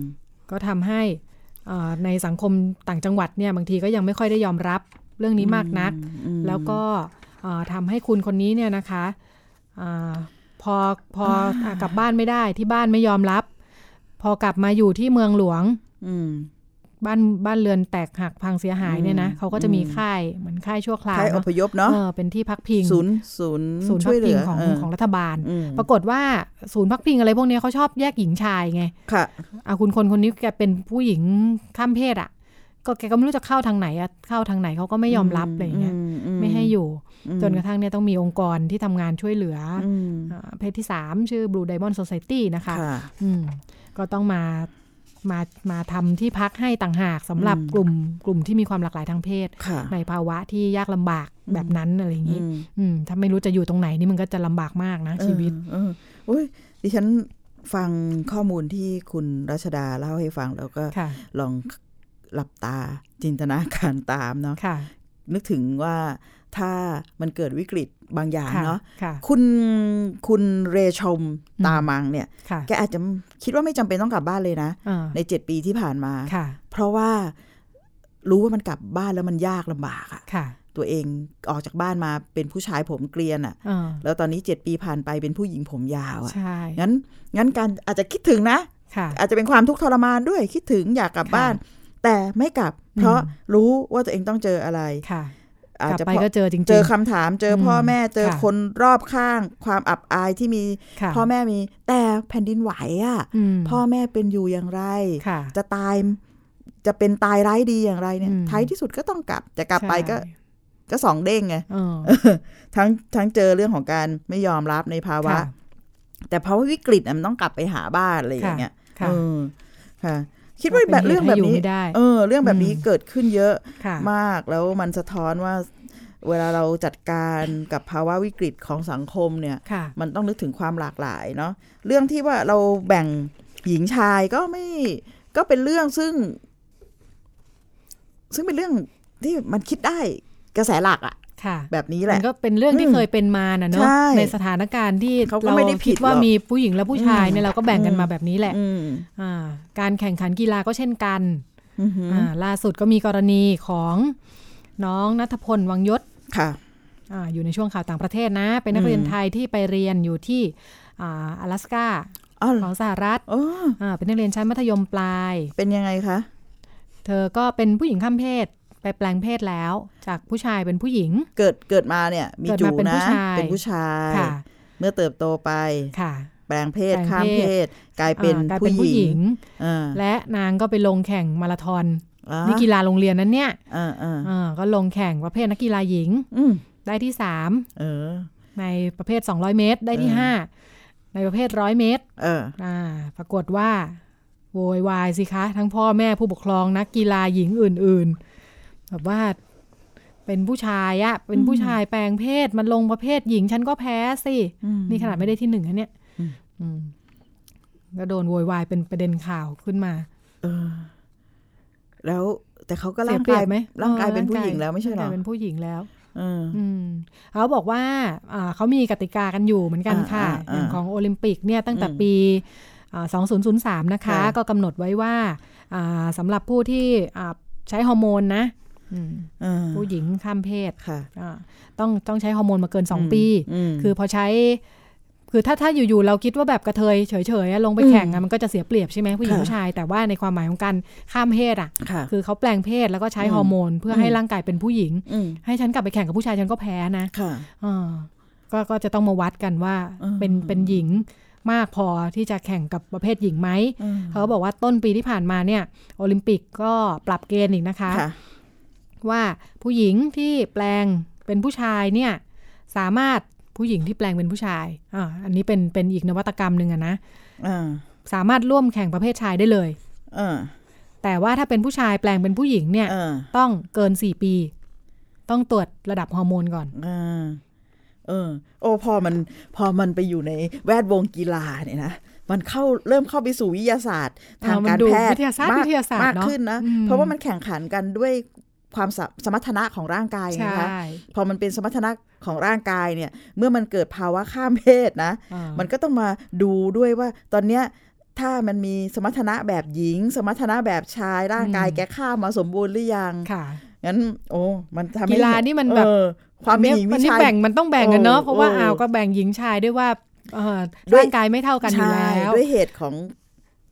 ก็ทำให้อ่าในสังคมต่างจังหวัดเนี่ยบางทีก็ยังไม่ค่อยได้ยอมรับเรื่องนี้มากนัก
อืม
แล้วก็เอ่อทำให้คุณคนนี้เนี่ยนะคะอาพอพอ
อ่า
อ่ะกลับบ้านไม่ได้ที่บ้านไม่ยอมรับ พอกลับมาอยู่ที่เมืองหลวง
อืม
บ้านบ้านเรือนแตกหักพังเสียหายเนี่ยนะ
อืม
เขาก็จะมี
อืม
ค่ายเหมือนค่ายชั่วคราว
ค่ายอ
เนาะ
พยพเนาะ
เออเป็นที่พักพิง
ศูนย์ศูนย์
ศูนย์
ช่
พั
วย
ก
เหลื
พิง
อ
ของ
เ
ของรัฐบาล
อืม
ปรากฏว่าศูนย์พักพิงอะไรพวกเนี้ยเขาชอบแยกหญิงชายไง
ค่ะ
เอาคุณคนคนนี้แกเป็นผู้หญิงข้ามเพศอะ่ะ ก็แกก็ไม่รู้จะเข้าทางไหนอะเข้าทางไหนเขาก็ไม่ยอมรับอะไรอย่างเงี้ยไม่ให้อยู่ จนกระทั่งเนี่ยต้องมีองค์กรที่ทำงานช่วยเหลือ
อืม
ออ่าเพศที่ 3 ชื่อ Blue Diamond Society นะคะ
ค่ะ
อืมก็ต้องมามามาทำที่พักให้ต่างหากสำหรับ
อืม
กลุ่มกลุ่มที่มีความหลากหลายทางเพศ
ค่ะ
ในภาวะที่ยากลำบากแบบนั้นอะไรอย่างนี้
อืม
อืมถ้าไม่รู้จะอยู่ตรงไหนนี่มันก็จะลำบากมากนะ ชีวิต
เออเออโอ้ยดิฉันฟังข้อมูลที่คุณรัชดาเล่าให้ฟังแล้วก็
ค่ะ
ลองหลับตาจินตนาการตามเนาะ
ค่ะ
นึกถึงว่าถ้ามันเกิดวิกฤตบางอย่าง
ค่ะ
เนาะ
ค่ะ
คุณคุณเรชม
อืม
ตามังเนี่ย
ค่ะ
แกอาจจะคิดว่าไม่จำเป็นต้องกลับบ้านเลยนะ
อ่า
ในเจ็ดปีที่ผ่านมา
ค่ะ
เพราะว่ารู้ว่ามันกลับบ้านแล้วมันยากลำบากอะ
ค่ะ
ตัวเองออกจากบ้านมาเป็นผู้ชายผมเกรียนอะ
อ่า
แล้วตอนนี้เจ็ดปีผ่านไปเป็นผู้หญิงผมยาวอะ
ใช่
งั้นงั้นการอาจจะคิดถึงนะ
ค่ะ
อาจจะเป็นความทุกข์ทรมานด้วยคิดถึงอยากกลับ
ค่ะ
บ้าน แต่ไม่กลับ
อืม
เพราะรู้ว่าตัวเองต้องเจออะไร
ค่ะ
อาจ
กลับ
จะ
ไป
เพ
ก็
ราะ
เจอจริงๆ
เจอคำถามเจออ
ม
พ่อแม่เจอ
ค่ะ
คนรอบข้าง ความอับอายที่มี
ค่ะ
พ่อแม่มีแต่แผ่นดินไหวอะ่ะ
ม
พ่อแม่เป็นอยู่อย่างไร
ค่ะ
จะตายจะเป็นตายร้ายดีอย่างไรเนี่ย
อืม
ท้ายที่สุดก็ต้องกลับจะกลับไปก็
ใช่
ก็สองเด้งไง
เออ
ทั้งทั้งเจอเรื่องของการไม่ยอมรับในภาวะ
ค่ะ
แต่ภาวะวิกฤตอะมันต้องกลับไปหาบ้านอะไรอย่างเงี้ย
ค่ะ
เออค่ะ คิดว่าแบบ
ป็น
เรื่อง
หตุให้
แบบ
ยู่
นี้
ไม่ได้
เออ เรื่องแบบนี้
อืม
เกิดขึ้นเยอะ
ค่ะ
มากแล้วมันสะท้อนว่า เวลาเราจัดการกับภาวะวิกฤตของสังคมเนี่ย
ค่ะ
มันต้องนึกถึงความหลากหลายเนาะเรื่องที่ว่าเราแบ่งหญิงชายก็ไม่ก็เป็นเรื่องซึ่ง ซึ่งเป็นเรื่องที่มันคิดได้กระแสหลักอะ
ค่ะ
แบบนี้แห
มั
ละ
นก็เป็นเรื่องที่
อืม
เคยเป็นมาน่ะเนอะ
ใช่
ในสถานการณ์ที่
เขาก็
เรา
ไม่ได้ผิ
คิ
ด
ดว่า
หรอก
มีผู้หญิงและผู้ชายเนี่ยเราก็แบ่งกัน
อืม
มาแบบนี้แหละ
อืม
อ่าการแข่งขันกีฬาก็เช่นกัน
อือหือ
อ่าล่าสุดก็มีกรณีของน้องนัทพลวังยศ
ค่ะ
อาอยู่ในช่วงข่าวต่างประเทศนะ เป็นนักเรียน
อืม
ไทยที่ไปเรียนอยู่ที่อ่า阿拉斯า
อ๋อเหร
ข
อ
องสหรัฐ
อ๋อ
อ่าเป็นนักเรียนชั้นมัธยมปลาย
เป็นยังไงคะ
เธอก็เป็นผู้หญิงข้ามเพศ ไปแปลงเพศแล้ว จากผู้ชายเป็นผู้หญิง
เกิดเกิดมาเนี่ย มี
เกิด
จู
มาเป็น
นะ
ผู้ชาย
เป็นผู้ชาย
ค่ะ
เมื่อเติบโตไป
ค่ะ
แปลงเพศ
แปลงเพศ
ข้ามเพศ กลายเป็น
อ่ากลาย
ผู้
เป็น
ห
ผู้ห
ญิ
ญิ
ง
ง
อ่า
และนางก็ไปลงแข่งมาราธอน
อ่า
นี่กีฬาโรงเรียนนั้นเนี่ย
อ่าอ่า
เออก็ลงแข่งประเภทนักกีฬาหญิง
อืม
ได้ที่
เออ
3 ในประเภท 200 เมตร ได้ที่
เออ
5 ในประเภท 100 เมตร
เออ
อ่าปรากฏว่าโวยวายสิคะ ทั้งพ่อแม่ผู้ปกครองนักกีฬาหญิงอื่นๆแบบว่าเป็นผู้ชายอะเป็นผู้ชายแปลงเพศมันลงประเภทหญิงฉันก็แพ้สิ นี่ขนาดไม่ได้ที่หนึ่งนะเนี่ย
อืม
อืมก็โดนโวยวายเป็นประเด็นข่าวขึ้นมา
เออ แล้วแต่เขาก็
เสี
ร่าย ง
เปรี
กาย
ยบไหม
ร่างกาย
ออ
เป็นผู้
ร่
หญิงแล้วไม่ใช่เหรอ
างกายเป็นผู้หญิงแล้ว
เออ
อืมเขาบอกว่าอ่าเขามีกติกากันอยู่เหมือนกันค่ะ
อ่าอ่า
อย่างของโอลิมปิกเนี่ยตั้งแต่
อืม
ปีอ่า2003 นะคะ
ค่ะ
ก็กำหนดไว้ว่าอ่าสำหรับผู้ที่อ่าใช้ฮอร์โมนนะอืม
เออ
ผู้หญิงข้ามเพศ
ค่ะ
อ่าต้องต้องใช้ฮอร์โมนมาเกิน
ม
2 ปี
ม
คือพอใช้ คือถ้าถ้าอยู่ๆเราคิดว่าแบบกระเทยเฉยๆอะลงไปแข่งอะมันก็จะเสียเปรียบใช่ไหมผู้หญิง
ค่ะ
ผู้ชาย แต่ว่าในความหมายของการข้ามเพศอ่ะ
ค่ะ
คือเขาแปลงเพศแล้วก็ใช้
อืม
ฮอร์โมน เพื่ออ
ม
ให้ร่างกายเป็นผู้หญิง
อืม
ให้ฉันกลับไปแข่งกับผู้ชายฉันก็แพ้นะ
ค่ะ
อ่าก็ก็จะต้องมาวัดกันว่า
อืม
เป็นเป็นหญิงมากพอที่จะแข่งกับประเภทหญิงไหม
อืม
เขาบอกว่าต้นปีที่ผ่านมาเนี่ยโอลิมปิกก็ปรับเกณฑ์อีกนะคะ
ค่ะ
ว่าผู้หญิงที่แปลงเป็นผู้ชายเนี่ยสามารถผู้หญิงที่แปลงเป็นผู้ชายอ่าอันนี้เป็นเป็นอีกนวัตกรรมหนึ่งอะนะ
อ่า
สามารถร่วมแข่งประเภทชายได้เลย
อ่า
แต่ว่าถ้าเป็นผู้ชายแปลงเป็นผู้หญิงเนี่ย
อ่า
ต้องเกิน 4 ปี ต้องตรวจระดับฮอร์โมนก่อน
อ่าเออ โอ้พอมันพอมันไปอยู่ในแวดวงกีฬาเนี่ยนะ มันเข้าเริ่มเข้าไปสู่วิทยาศาสตร์ทาง
เออมัน
การ
ดู
แพทย์
วิทยาศาสตร์
ม
วิทยาศาสตร์
มาก
เนอะ
ขึ้นนะ
อืม
เพราะว่ามันแข่งขันกันด้วยความสะสมรรถนะของร่างกายไงคะ พอมันเป็นสมรรถนะของร่างกายเนี่ย เมื่อมันเกิดภาวะข้ามเพศนะ
อ่า
มันก็ต้องมาดูด้วยว่าตอนเนี้ยถ้ามันมีสมรรถนะแบบหญิง สมรรถนะแบบชายร่างกายแกข้ามมาสมบูรณ์หรือยัง
ค่ะ
งั้น โอ้มันทำให้
กีฬานี่มันแบบ
เออความเป็นหญิง
อั
วิ
นนี้
ชาย
แบ่งมันต้องแบ่งกันเนาะ
โอ้
เพราะว่า
โอ้
อ้าวก็แบ่งหญิงชายด้วยว่าเอ่อ
ด้วย
ร่างกายไม่เท่ากันอยู่
ใช่
แล้ว
ด้วยเหตุของ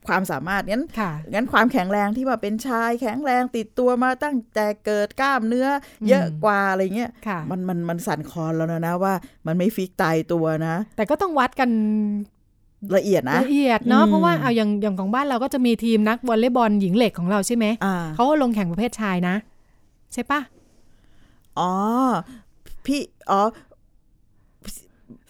ความสามารถงั้น
ค่ะ
งั้นความแข็งแรงที่ว่าเป็นชายแข็งแรงติดตัวมาตั้งแต่เกิดกล้ามเนื้อ เยอะ
อืม
กว่าอะไรเงี้ย
ค่ะ
มันมันมันสั่นคลอนแล้วนะว่า มันไม่ฟิกตายตัวนะ
แต่ก็ต้องวัดกัน
ละเอียดนะ
ละเอียดเนาะ
อืม
เพราะว่าเอาอย่างอย่างของบ้านเราก็จะมีทีมนักวอลเลย์บอลหญิงเหล็กของเราใช่ไหม
อ่า
เขาก็ลงแข่งประเภทชายนะ ใช่ปะ
อ๋อ พี่ อ๋อ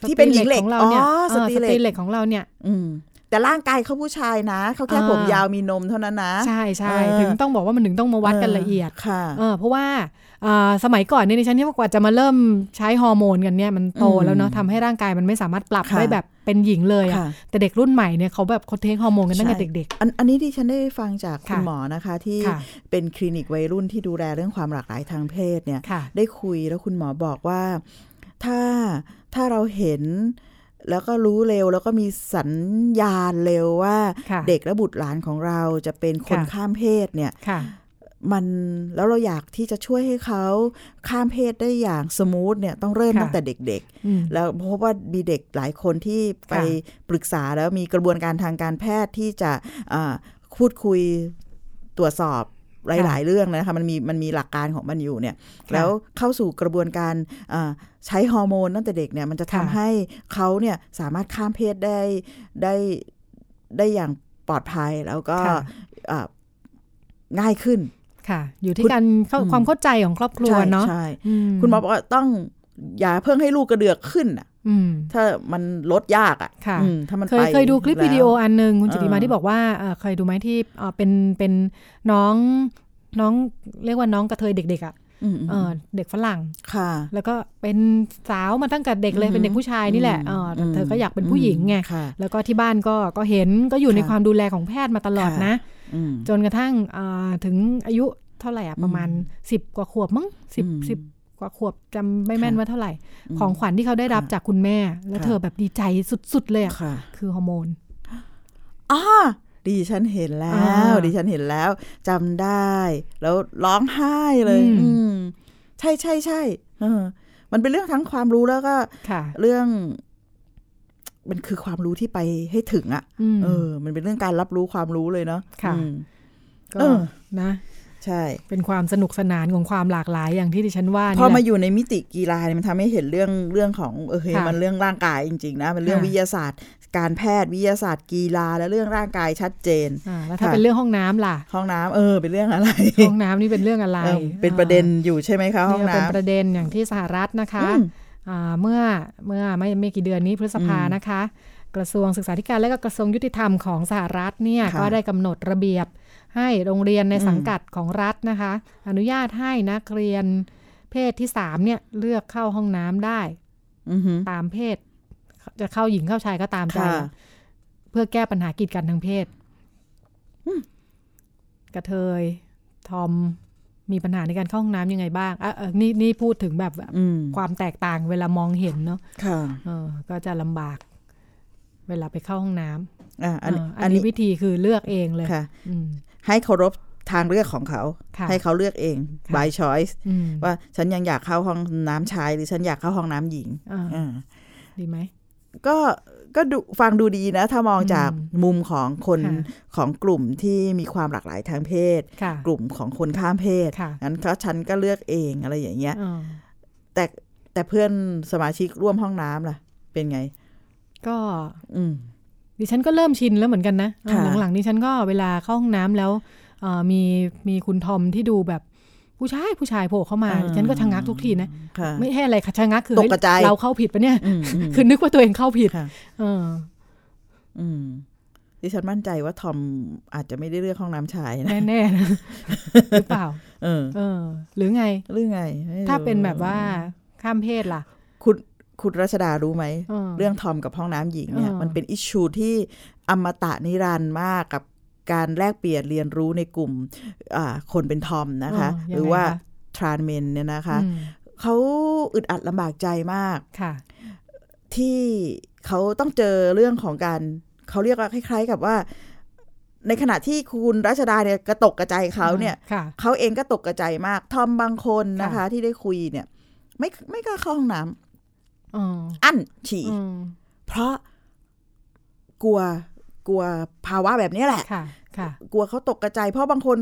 ที่เป็นหญิงเหล็ก
ของเราเนี่ย
อ๋อ
เออส
ส
ต
ตรี
รี
เห
เห
ล็ก
ล็กของเราเนี่ย
อืม แต่ร่างกายเขาผู้ชายนะ เขาแค่
อ่า
ผมยาวมีนมเท่านั้นนะ
ใช่ใช่
เออ
ถึงต้องบอกว่ามันถึงต้องมาวัดกันละเอียด
ค่ะ
เออเพราะว่าเอ่อสมัยก่อนเนี่ยดิฉันที่ากว่าจะมาเริ่มใช้ฮอร์โมนกันเนี่ยมันโต
อืม
แล้วเนาะทำให้ร่างกายมันไม่สามารถปรับ
ค่ะ
ได้แบบเป็นหญิงเลยอะ
ค่ะ
แต่เด็กรุ่นใหม่เนี่ยเขาแบบเขาเทคฮอร์โมนกันตั้งแต่
ใช่
เด็ก
อันอันนี้ที่ฉันได้ฟังจากคุณ
ค่ะ
หมอนะคะ ที่
ๆ ค่ะ
เป็นคลินิกวัยรุ่นที่ดูแลเรื่องความหลากหลายทางเพศเนี่ย
ค่ะ
ได้คุยแล้วคุณหมอบอกว่า ถ้าถ้าเราเห็น แล้วก็รู้เร็วแล้วก็มีสัญญาณเร็วว่า
ค่ะ
เด็กและบุตรหลานของเราจะเป็นคน
ค่ะ
ข้ามเพศเนี่ย
ค่ะ
มันแล้วเราอยากที่จะช่วยให้เขาข้ามเพศได้อย่างสมูทเนี่ยต้องเริ่ม
ค่ะ
ตั้งแต่เด็ก
อืม
ๆ แล้วเพราะว่ามีเด็กหลายคนที่ไป
ค่ะ
ปรึกษาแล้วมีกระบวนการทางการแพทย์ที่จะอ่าพูดคุยตรวจสอบหลาย ๆ เรื่องนะคะมันมีมันมีหลักการของมันอยู่เนี่ย
ะ
แล้วเข้าสู่กระบวนการอ่าใช้ฮอร์โมนตั้งแต่เด็กเนี่ยมันจะทำ
ค่ะ
ให้เขาเนี่ยสามารถข้ามเพศได้ได้ได้อย่างปลอดภัยแล้วก็
ค่ะ
อ่าง่ายขึ้น
ค่ะ อยู่ที่
คุณ
การเข้า
อืม
ความเข้าใจของครอบครัว
ใช่
เนาะ
ใช่
ม
คุณหมอบอกว่าต้องอย่าเพิ่งให้ลูกกระเดือกขึ้นน่ะ
อืม
ถ้ามันลดยากอ่ะ
ค่ะ
อืมถ้ามัน
เคย
ไป
เคยดูคลิป
แ
วิดีโออันหนึ่งคุณ
เออ
จิติมาที่บอกว่าเอ่อเคยดูไหมที่เอ่อเป็นเป็นน้องน้องเรียกว่าน้องกระเทยเด็กๆอ่ะ
อืม
เออเด็กฝรั่ง
ค่ะ
แล้วก็เป็นสาวมาตั้งแต่เด็กเลย
อือฮึ
เป็นเด็กผู้ชายนี่แหละ
อืม
เออแต่
ม
เธอก็อยากเป็นผู้หญิงไง
ค่ะ
แล้วก็ที่บ้านก็ก็เห็นก็อยู่ใน
ค่ะ
ความดูแลของแพทย์มาตลอด
ค่ะ
นะ
อืม
จนกระทั่งเอ่อถึงอายุเท่าไหร่อะประมาณ 10 กว่าขวบมั้งสิบ
อืม
สิบกว่าขวบจำไม่แม่น
ค่ะ
ว่าเท่าไหร่ ของขวัญที่เขาได้รับ
ค่ะ
จากคุณแม่ แล้ว
ค่ะ
เธอแบบดีใจสุดๆเลยอะ
ค่ะ
คือฮอร์โมน
อ่าดิฉันเห็นแล้ว
อ่า
ดิฉันเห็นแล้วจำได้ แล้วร้องไห้เลย
อืม
อืม ใช่ใช่ใช่เออ มันเป็นเรื่องทั้งความรู้แล้วก็
ค่ะ
เรื่อง มันคือความรู้ที่ไปให้ถึงอ่ะ
อืม
เออ มันเป็นเรื่องการรับรู้ความรู้เลยเนาะ
ค่ะ
อืม
ก็
เออ
นะ
ใช่
เป็นความสนุกสนานของความหลากหลายอย่างที่ดิฉันว่า
พอ
นี่แห
มา
ละ
อยู่ในมิติกีฬาเนี่ยมันทำให้เห็นเรื่องเรื่องของเออเฮ้ย
ค่ะ
มันเรื่องร่างกายจริงๆนะมันเรื่อง
ค่ะ
วิทยาศาสตร์ การแพทย์วิทยาศาสตร์กีฬาและเรื่องร่างกายชัดเจน
อ่าแล้วถ้า
ค่ะ
เป็นเรื่องห้องน้ำล่ะ
ห้องน้ำเออเป็นเรื่องอะไร
ห้องน้ำนี่เป็นเรื่องอะไร
เออเป็นประเด็นอยู่ใช่ไหมคะ
อ่า
ห้อง
เนี่ยเป็นป
น้ำ
ระเด็นอย่างที่สหรัฐนะคะ
อืม
อ่าเมื่อเมื่อไม่ไม่กี่เดือนนี้พฤษภา
อืม
นะคะ กระทรวงศึกษาธิการและก็กระทรวงยุติธรรมของสหรัฐเนี่ย
ค่ะ
ก็ได้กำหนดระเบียบให้โรงเรียนใน
อืม
สังกัดของรัฐนะคะ อนุญาตให้นักเรียนเพศที่สามเนี่ยเลือกเข้าห้องน้ำได้
อือหือ
ตามเพศ จะเข้าหญิงเข้าชายก็ตามใจ
ค่ะ
เพื่อแก้ปัญหากีดกันทางเพศกระเทยทอมมีปัญหาในการเข้าห้องน้ำยังไงบ้างอ่ะเออนี่นี่พูดถึงแบบ
อืม
ความแตกต่างเวลามองเห็นเนาะ
ค่ะ
เออก็จะลำบาก เวลาไปเข้าห้องน้
อ่ะ
ำ
อัน
เอออั
อั
น
น
นี้
นี้
วิธีคือเลือกเองเลย
ค่ะ
อืม
ให้เคารพทางเลือกของเขา
ค่ะ
ให้เขาเลือกเอง by choice
อืม
ว่าฉันยังอยากเข้าห้องน้ำชายหรือฉันอยากเข้าห้องน้ำหญิง
อ่า
อ่า
ดีไหม
ก็ก็ดูฟังดูดีนะ ถ้ามอง
อืม
จากมุมของคน
ค่ะ
ของกลุ่มที่มีความหลากหลายทางเพศ
ค่ะ
กลุ่มของคนข้ามเพศ
ค่ะ
งั้นก็ฉันก็เลือกเองอะไรอย่างเงี้ย
เออ
แต่แต่เพื่อนสมาชิกร่วมห้องน้ำล่ะ เป็นไง
ก็
อืม
ดิฉันก็เริ่มชินแล้วเหมือนกันนะเออ
ค่ะ
หลังๆดิฉันก็เวลาเข้าห้องน้ำแล้วเอ่อมีมีคุณทอมที่ดูแบบผู้ชายผู้ชายโผล่เข้ามาดิฉันก็ชะงักทุกทีนะ
ค่ะ
ไม่ใช่อะไรค่ะชะงักคือ
ตกกระจาย
เฮ้ยเราเข้าผิดปะเนี่ย
อืมอืม
คือนึกว่าตัวเองเข้าผิด
ค่ะ
เออ
อืมดิฉันมั่นใจว่าทอมอาจจะไม่ได้เลือกห้องน้ำชายนะ
แน่ๆนะหรือเปล่า
เออ
เออ หรือไง
เรื่องไงไม่รู้
ถ้าเป็นแบบว่าข้ามเพศล่ะ
คุณคุณรัชดารู้ไหม
ม
เรื่องทอมกับห้องน้ำหญิงเนี่ย
อ่ามั
มันเป็นอิชชูที่อมตะนิรันดร์มากกับการแลกเปลี่ยนเรียนรู้ในกลุ่มอ่าคนเป็นทอมนะคะ
อ่ายังไง
หรือว่า
คะ
ทรานเมนเนี่ยนะคะ
อืม
เขาอึดอัดลำบากใจมาก
ค่ะ
ที่เขาต้องเจอเรื่องของการเขาเรียกว่าคล้าย ๆ กับว่า ในขณะที่คุณรัชดาเนี่ยกระตกกระจายเขาเนี่ย
ค่ะ
เขาเองก็ตกกระจายมาก ทอมบางคนนะคะ
ค่ะ
ที่ได้คุยเนี่ยไม่ไม่กล้าเข้าห้องน้ำ
อ๋อ
อั้นฉี่
อืม
เพราะกลัวกลัวภาวะแบบนี้แหละ
ค่ะ ค่ะ
กลัวเขาตกกระจายเพราะบางคน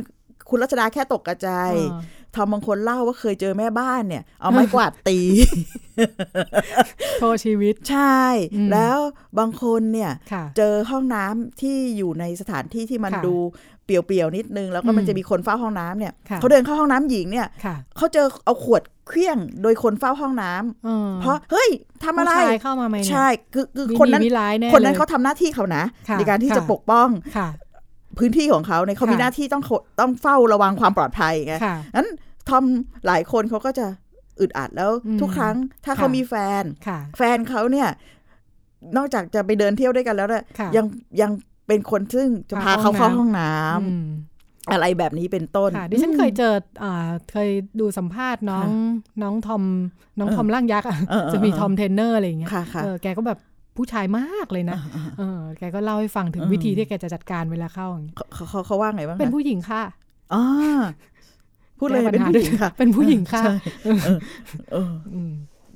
คุณรัชดาแค่ตกกระจาย
เออ
ทอมบางคนเล่าว่าเคยเจอแม่บ้านเนี่ย เอาไม้กวาดตี
โทษชีวิต
ใช่
อืม
แล้วบางคนเนี่ย
ค่ะ
เจอห้องน้ำที่อยู่ในสถานที่ที่มัน
ค่ะ
ดูเปลี่ยวๆนิดนึง แล้วก็มัน
อืม
จะมีคนเฝ้าห้องน้ำเนี่ย
ค่ะ
เขาเดินเข้าห้องน้ำหญิงเนี่ย
ค่ะ
เขาเจอเอาขวดเครื่องโดยคนเฝ้าห้องน้ำ
เออ
เพราะเฮ้ยทำ
ผู้
อะไร
ชายเข้ามาไหมเนี่ย
ใช่คือคือ
มี
คนนั้น
มีร้ายแน่
คนนั้
ล
น
ย
เขาทำหน้าที่เขานะ
ค่ะ
ในการที่
ค่ะ
จะปกป้อง
ค่ะ
พื้นที่ของเขาในยเขา
ค่ะ
มีหน้าที่ต้องโคต้องเฝ้าระวังความปลอดภัยไง
ค่ะ
นั้นทอมหลายคนเขาก็จะอึดอัดแล้ว
อืม
ทุกครั้งถ้า
ค่ะ
เขามีแฟน
ค่ะ
แฟนเขาเนี่ย นอกจากจะไปเดินเที่ยวด้วยกันแล้วเนี่ย
ค่ะ
ยังยังเป็นคนซึ่งจะพา
พา
เขาเข้า
เข้าห้
ห้อ
อง ง
น้ำ
อืม
อะไรแบบนี้เป็นต้น
ค่ะดิฉันเคยเจออ่าเคยดูสัมภาษณ์น้องน้องทอมน้อง
เออ
ทอมร่างยักษ์อะ
เออเออ
จะมี
เออ
ทอมเทรนเนอร์อะไรอย่างเงี้ย
ค่ะค่ะ
เออแกก็แบบผู้ชายมากเลยนะเออแกก็เล่าให้ฟังถึง
อืม
วิธีที่แกจะจัดการเวลาเข้าอย่างเงี้ย
เขาเขาเขาเขาว่าไงบ้าง
เป็น
คะ
ผู้หญิงค่ะ
อ๋อพูดเลย
แก้ปั
เป็
ญหา
นผู้หญิง
ด้วย
ค่ะ
เป็นผู้หญิงค่ะ
ใช่เออเออ
อืม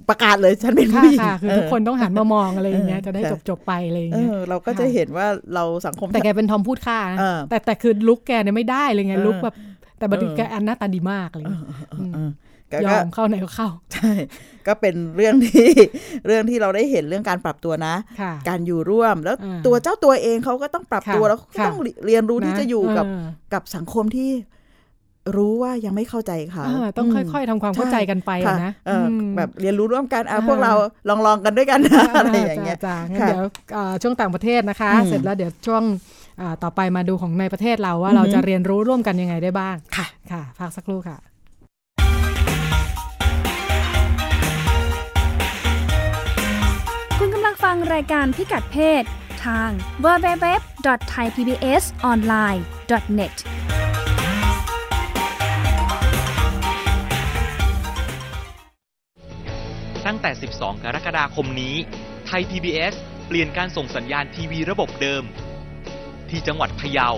ประกาศเลยฉันเป็น
ค่ะ
ผู้หญิง
ค่ะคือ
เ
ทุกคนต้องหันมามองอะไรอย่างเงี้ย
เออ
จะได้จ
ค่ะ
บจบๆไปอะไรอย่าง
เอ
เงี้ย
อเราก็จะ
ค่ะ
เห็นว่าเราสังคม
แต่แกเป็นทอมพูดค่านะ
เออ
แต่แต่คือลุกแกเนี่ยไม่ได้เลยไง
เออ
ลุกแบบ แต่บัดนี้
เออ
แกอันหน้าตาดีมากอะไรอย่างเงี้ย อืม
เออก็
ยอ
ก็
มเข้าไหนก็เข้า
ใช่ก็เป็นเรื่องที่ เรื่องที่เราได้เห็นเรื่องการปรับตัวนะ
ค่ะ
การอยู่ร่วมแล้ว
อ่า
ตัวเจ้าตัวเองเขาก็ต้องปรับตัว
ค่ะ
แล้วก็
ค่ะ
ต้องเรียนรู้ที่
น
จะอยู่กับ
เอ
กับสังคมที่รู้ว่ายังไม่เข้าใจเขา
เออต้องค่อย ๆทำความเข้าใจกันไป
ๆ
อะนะ
เอออ
ม
แบบเรียนรู้ร่วมกันอ่ะ
อ่า
พวกเราลองลองๆกันด้วยกันนะอะไรอย่างเงี้ย
จ้าจ้างั้น
ค่ะ
เดี๋ยวเอ่อช่วงต่างประเทศนะคะ
อืม
เสร็จแล้วเดี๋ยวช่วงอ่าต่อไปมาดูของในประเทศเราว่าเรา
อือหือ
จะเรียนรู้ร่วมกันยังไงได้บ้าง
ค่ะ
ค่ะพักสักครู่ค่ะ
คุณกำลังฟังรายการพิกัดเพศ ทาง www.thaipbsonline.net
ตั้งแต่ 12 กรกฎาคมนี้ ไทย PBS เปลี่ยนการส่งสัญญาณทีวีระบบเดิม ที่จังหวัดพะเยา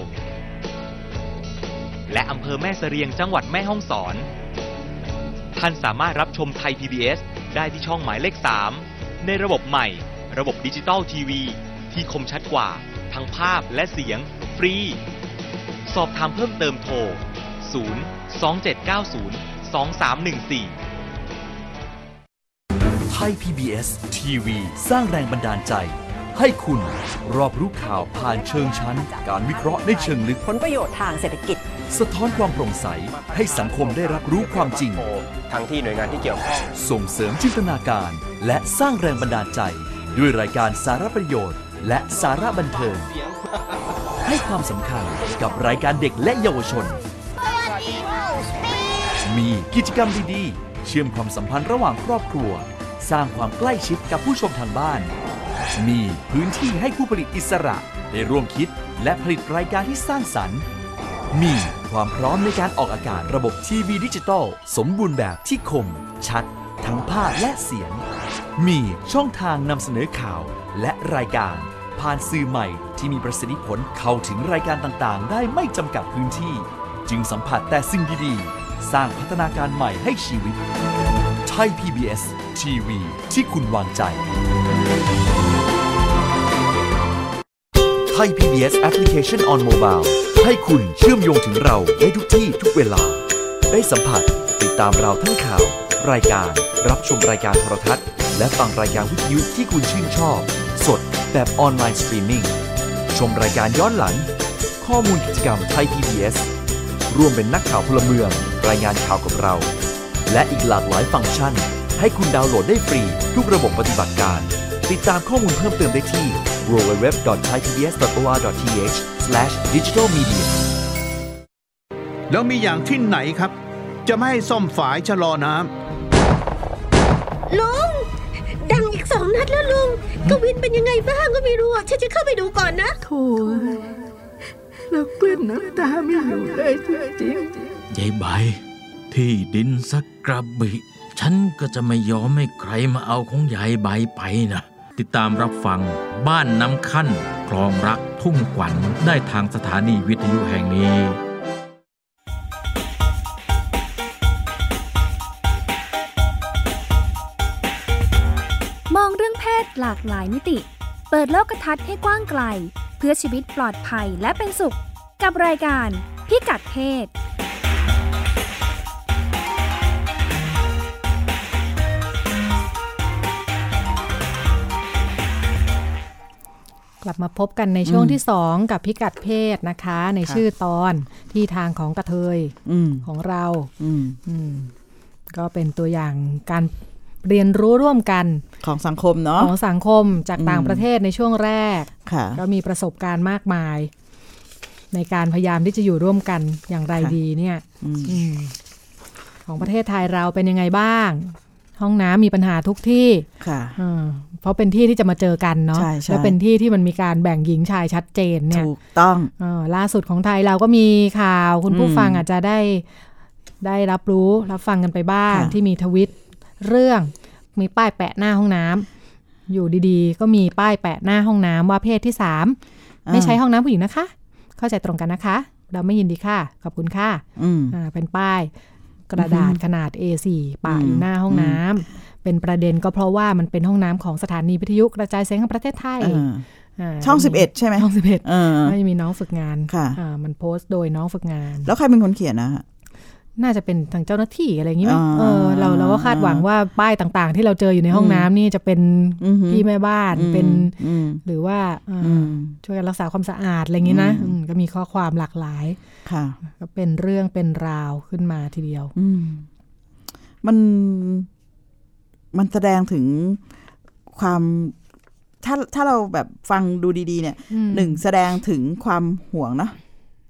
และอำเภอแม่เสรียงจังหวัดแม่ฮ่องสอน ท่านสามารถรับชมไทย PBS ได้ที่ช่องหมายเลข 3 ในระบบใหม่ ระบบดิจิตอลทีวี ที่คมชัดกว่า ทั้งภาพและเสียง ฟรี สอบถามเพิ่มเติมโทร 0 02790 2314
ไทย PBS TV สร้างแรงบันดาลใจ ให้คุณรอบรู้ข่าวผ่านเชิงชั้น การวิเคราะห์ในเชิงลึก
ผลประโยชน์ทางเศรษฐกิจ
สะท้อนความโปร่งใส ให้สังคมได้รับรู้ความจริง
ทั้งที่หน่วยงานที่เกี่ยวข้อง
ส่งเสริมจินตนาการ และสร้างแรงบันดาลใจ ด้วยรายการสารประโยชน์ และสาระบันเทิง ให้ความสำคัญกับรายการเด็กและเยาวชน มีกิจกรรมดีๆ เชื่อมความสัมพันธ์ระหว่างครอบครัว สร้างความใกล้ชิดกับผู้ชมทางบ้าน มีพื้นที่ให้ผู้ผลิตอิสระได้ร่วมคิด และผลิตรายการที่สร้างสรรค์ มีความพร้อมในการออกอากาศระบบทีวีดิจิตอลสมบูรณ์แบบที่คม ชัด ทั้งภาพและเสียง มีช่องทางนำเสนอข่าวและรายการ ผ่านสื่อใหม่ที่มีประสิทธิผลเข้าถึงรายการต่างๆ ได้ไม่จำกัดพื้นที่ จึงสัมผัสแต่สิ่งดีๆ สร้างพัฒนาการใหม่ให้ชีวิต ไทย PBS ทีวีที่คุณวางใจ ไทย PBS Application on Mobile ให้คุณเชื่อมโยงถึงเราได้ทุกที่ทุกเวลา ได้สัมผัสติดตามเราทั้งข่าว รายการ รับชมรายการโทรทัศน์ และฟังรายการวิทยุที่คุณชื่นชอบ สดแบบออนไลน์สตรีมมิ่ง ชมรายการย้อนหลัง ข้อมูลกิจกรรมไทย PBS ร่วมเป็นนักข่าวพลเมือง รายงานข่าวกับเรา และอีกหลากหลายฟังก์ชัน ให้คุณดาวน์โหลดได้ฟรี ทุกระบบปฏิบัติการ ติดตามข้อมูลเพิ่มเติมได้ที่ www.thaipbs.or.th/digitalmedia
แล้วมีอย่างที่ไหนครับ จะไม่ให้ซ่อมฝายชะลอน้ำ
ลุง ดังอีกสองนัดแล้วลุง กวินเป็นยังไงบ้างก็ไม่รู้อ่ะฉันจะเข้าไปดูก่อนนะ
โถ่เรากลั้นน้ำตาไม่อยู่เลยจริง
ยายใบที่ดินสักกระบิ ฉันก็จะไม่ยอมให้ใครมาเอาของยายใบไปนะ ติดตามรับฟังบ้านน้ำขั้นคลองรักทุ่งขวัญได้ทางสถานีวิทยุแห่งนี้
มองเรื่องเพศหลากหลายมิติ เปิดโลกทัศน์ให้กว้างไกล เพื่อชีวิตปลอดภัยและเป็นสุข กับรายการพิกัดเพศ
กลับมาพบกันในช่วงที่ 2 กับพิกัดเพศนะคะ ใน
ค่ะ
ชื่อตอนที่ทางของกระเทย
อืม
ของเรา
อืม
อืมก็เป็นตัวอย่างการเรียนรู้ร่วมกัน
ของสังคมเนาะ
ของสังคมจาก
อืม
ต่างประเทศในช่วงแรก
ค่ะ
ก็มีประสบการณ์มากมาย ในการพยายามที่จะอยู่ร่วมกันอย่างไร
ค่ะ
ดีเนี่ย
อืม
อืมของประเทศไทยเราเป็นยังไงบ้าง ห้องน้ำมีปัญหาทุกที่
ค่ะ
เออเพราะเป็นที่ที่จะมาเจอกันเนาะ
ใช่ใช่
และเป็นที่ที่มันมีการแบ่งหญิงชายชัดเจนเนี่ย
ถูกต้อง
เออล่าสุดของไทยเราก็มีข่าวคุณผู้
อืม
ฟังอาจจะได้ได้รับรู้รับฟังกันไปบ้าง
ค่ะ
ที่มีทวิตเรื่องมีป้ายแปะหน้าห้องน้ำอยู่ดีๆ ก็มีป้ายแปะหน้าห้องน้ำว่าเพศที่สามไม่ใช้ห้องน้ำผู้หญิงนะคะ เข้าใจตรงกันนะคะ เราไม่ยินดีค่ะขอบคุณค่ะ
อืม
อ่าเป็นป้ายกระดาษขนาด A4 ป่า
อืม
อยู่หน้าห้องน้ำเป็นประเด็นก็เพราะว่ามันเป็นห้องน้ำของสถานีวิทยุกระจายเสียงแห่งประเทศไทย
เออ
อา
ช่องสิบเอ็ดใช่ไหม
ช่องสิบเอ็ด
เออ
ไม่มีน้องฝึกงาน
ค่ะ
อ่ามันโพสต์โดยน้องฝึกงาน
แล้วใครเป็นคนเขียนนะฮะ
น่าจะเป็นทางเจ้าหน้าที่อะไรอย่างนี้ไหม
อ่า
เออเราเราก็คาดหวังว่าป้ายต่างๆ ที่เราเจออยู่ในห้องน้ำนี่จะเป็น
อือหือ
พี่แม่บ้านเป็น
อืม
หรือว่าอ่า
อืม
ช่วยกันรักษาความสะอาดอะไรอย่างนี้นะ
อืม
อืมก็มีข้อความหลากหลาย
ค่ะ
ก็เป็นเรื่องเป็นราวขึ้นมาทีเดียว
อืมมันมันแสดงถึงความถ้าถ้าเราแบบฟังดูดี ๆ เนี่ย
อืม
หนึ่งแสดงถึงความห่วงเนอะ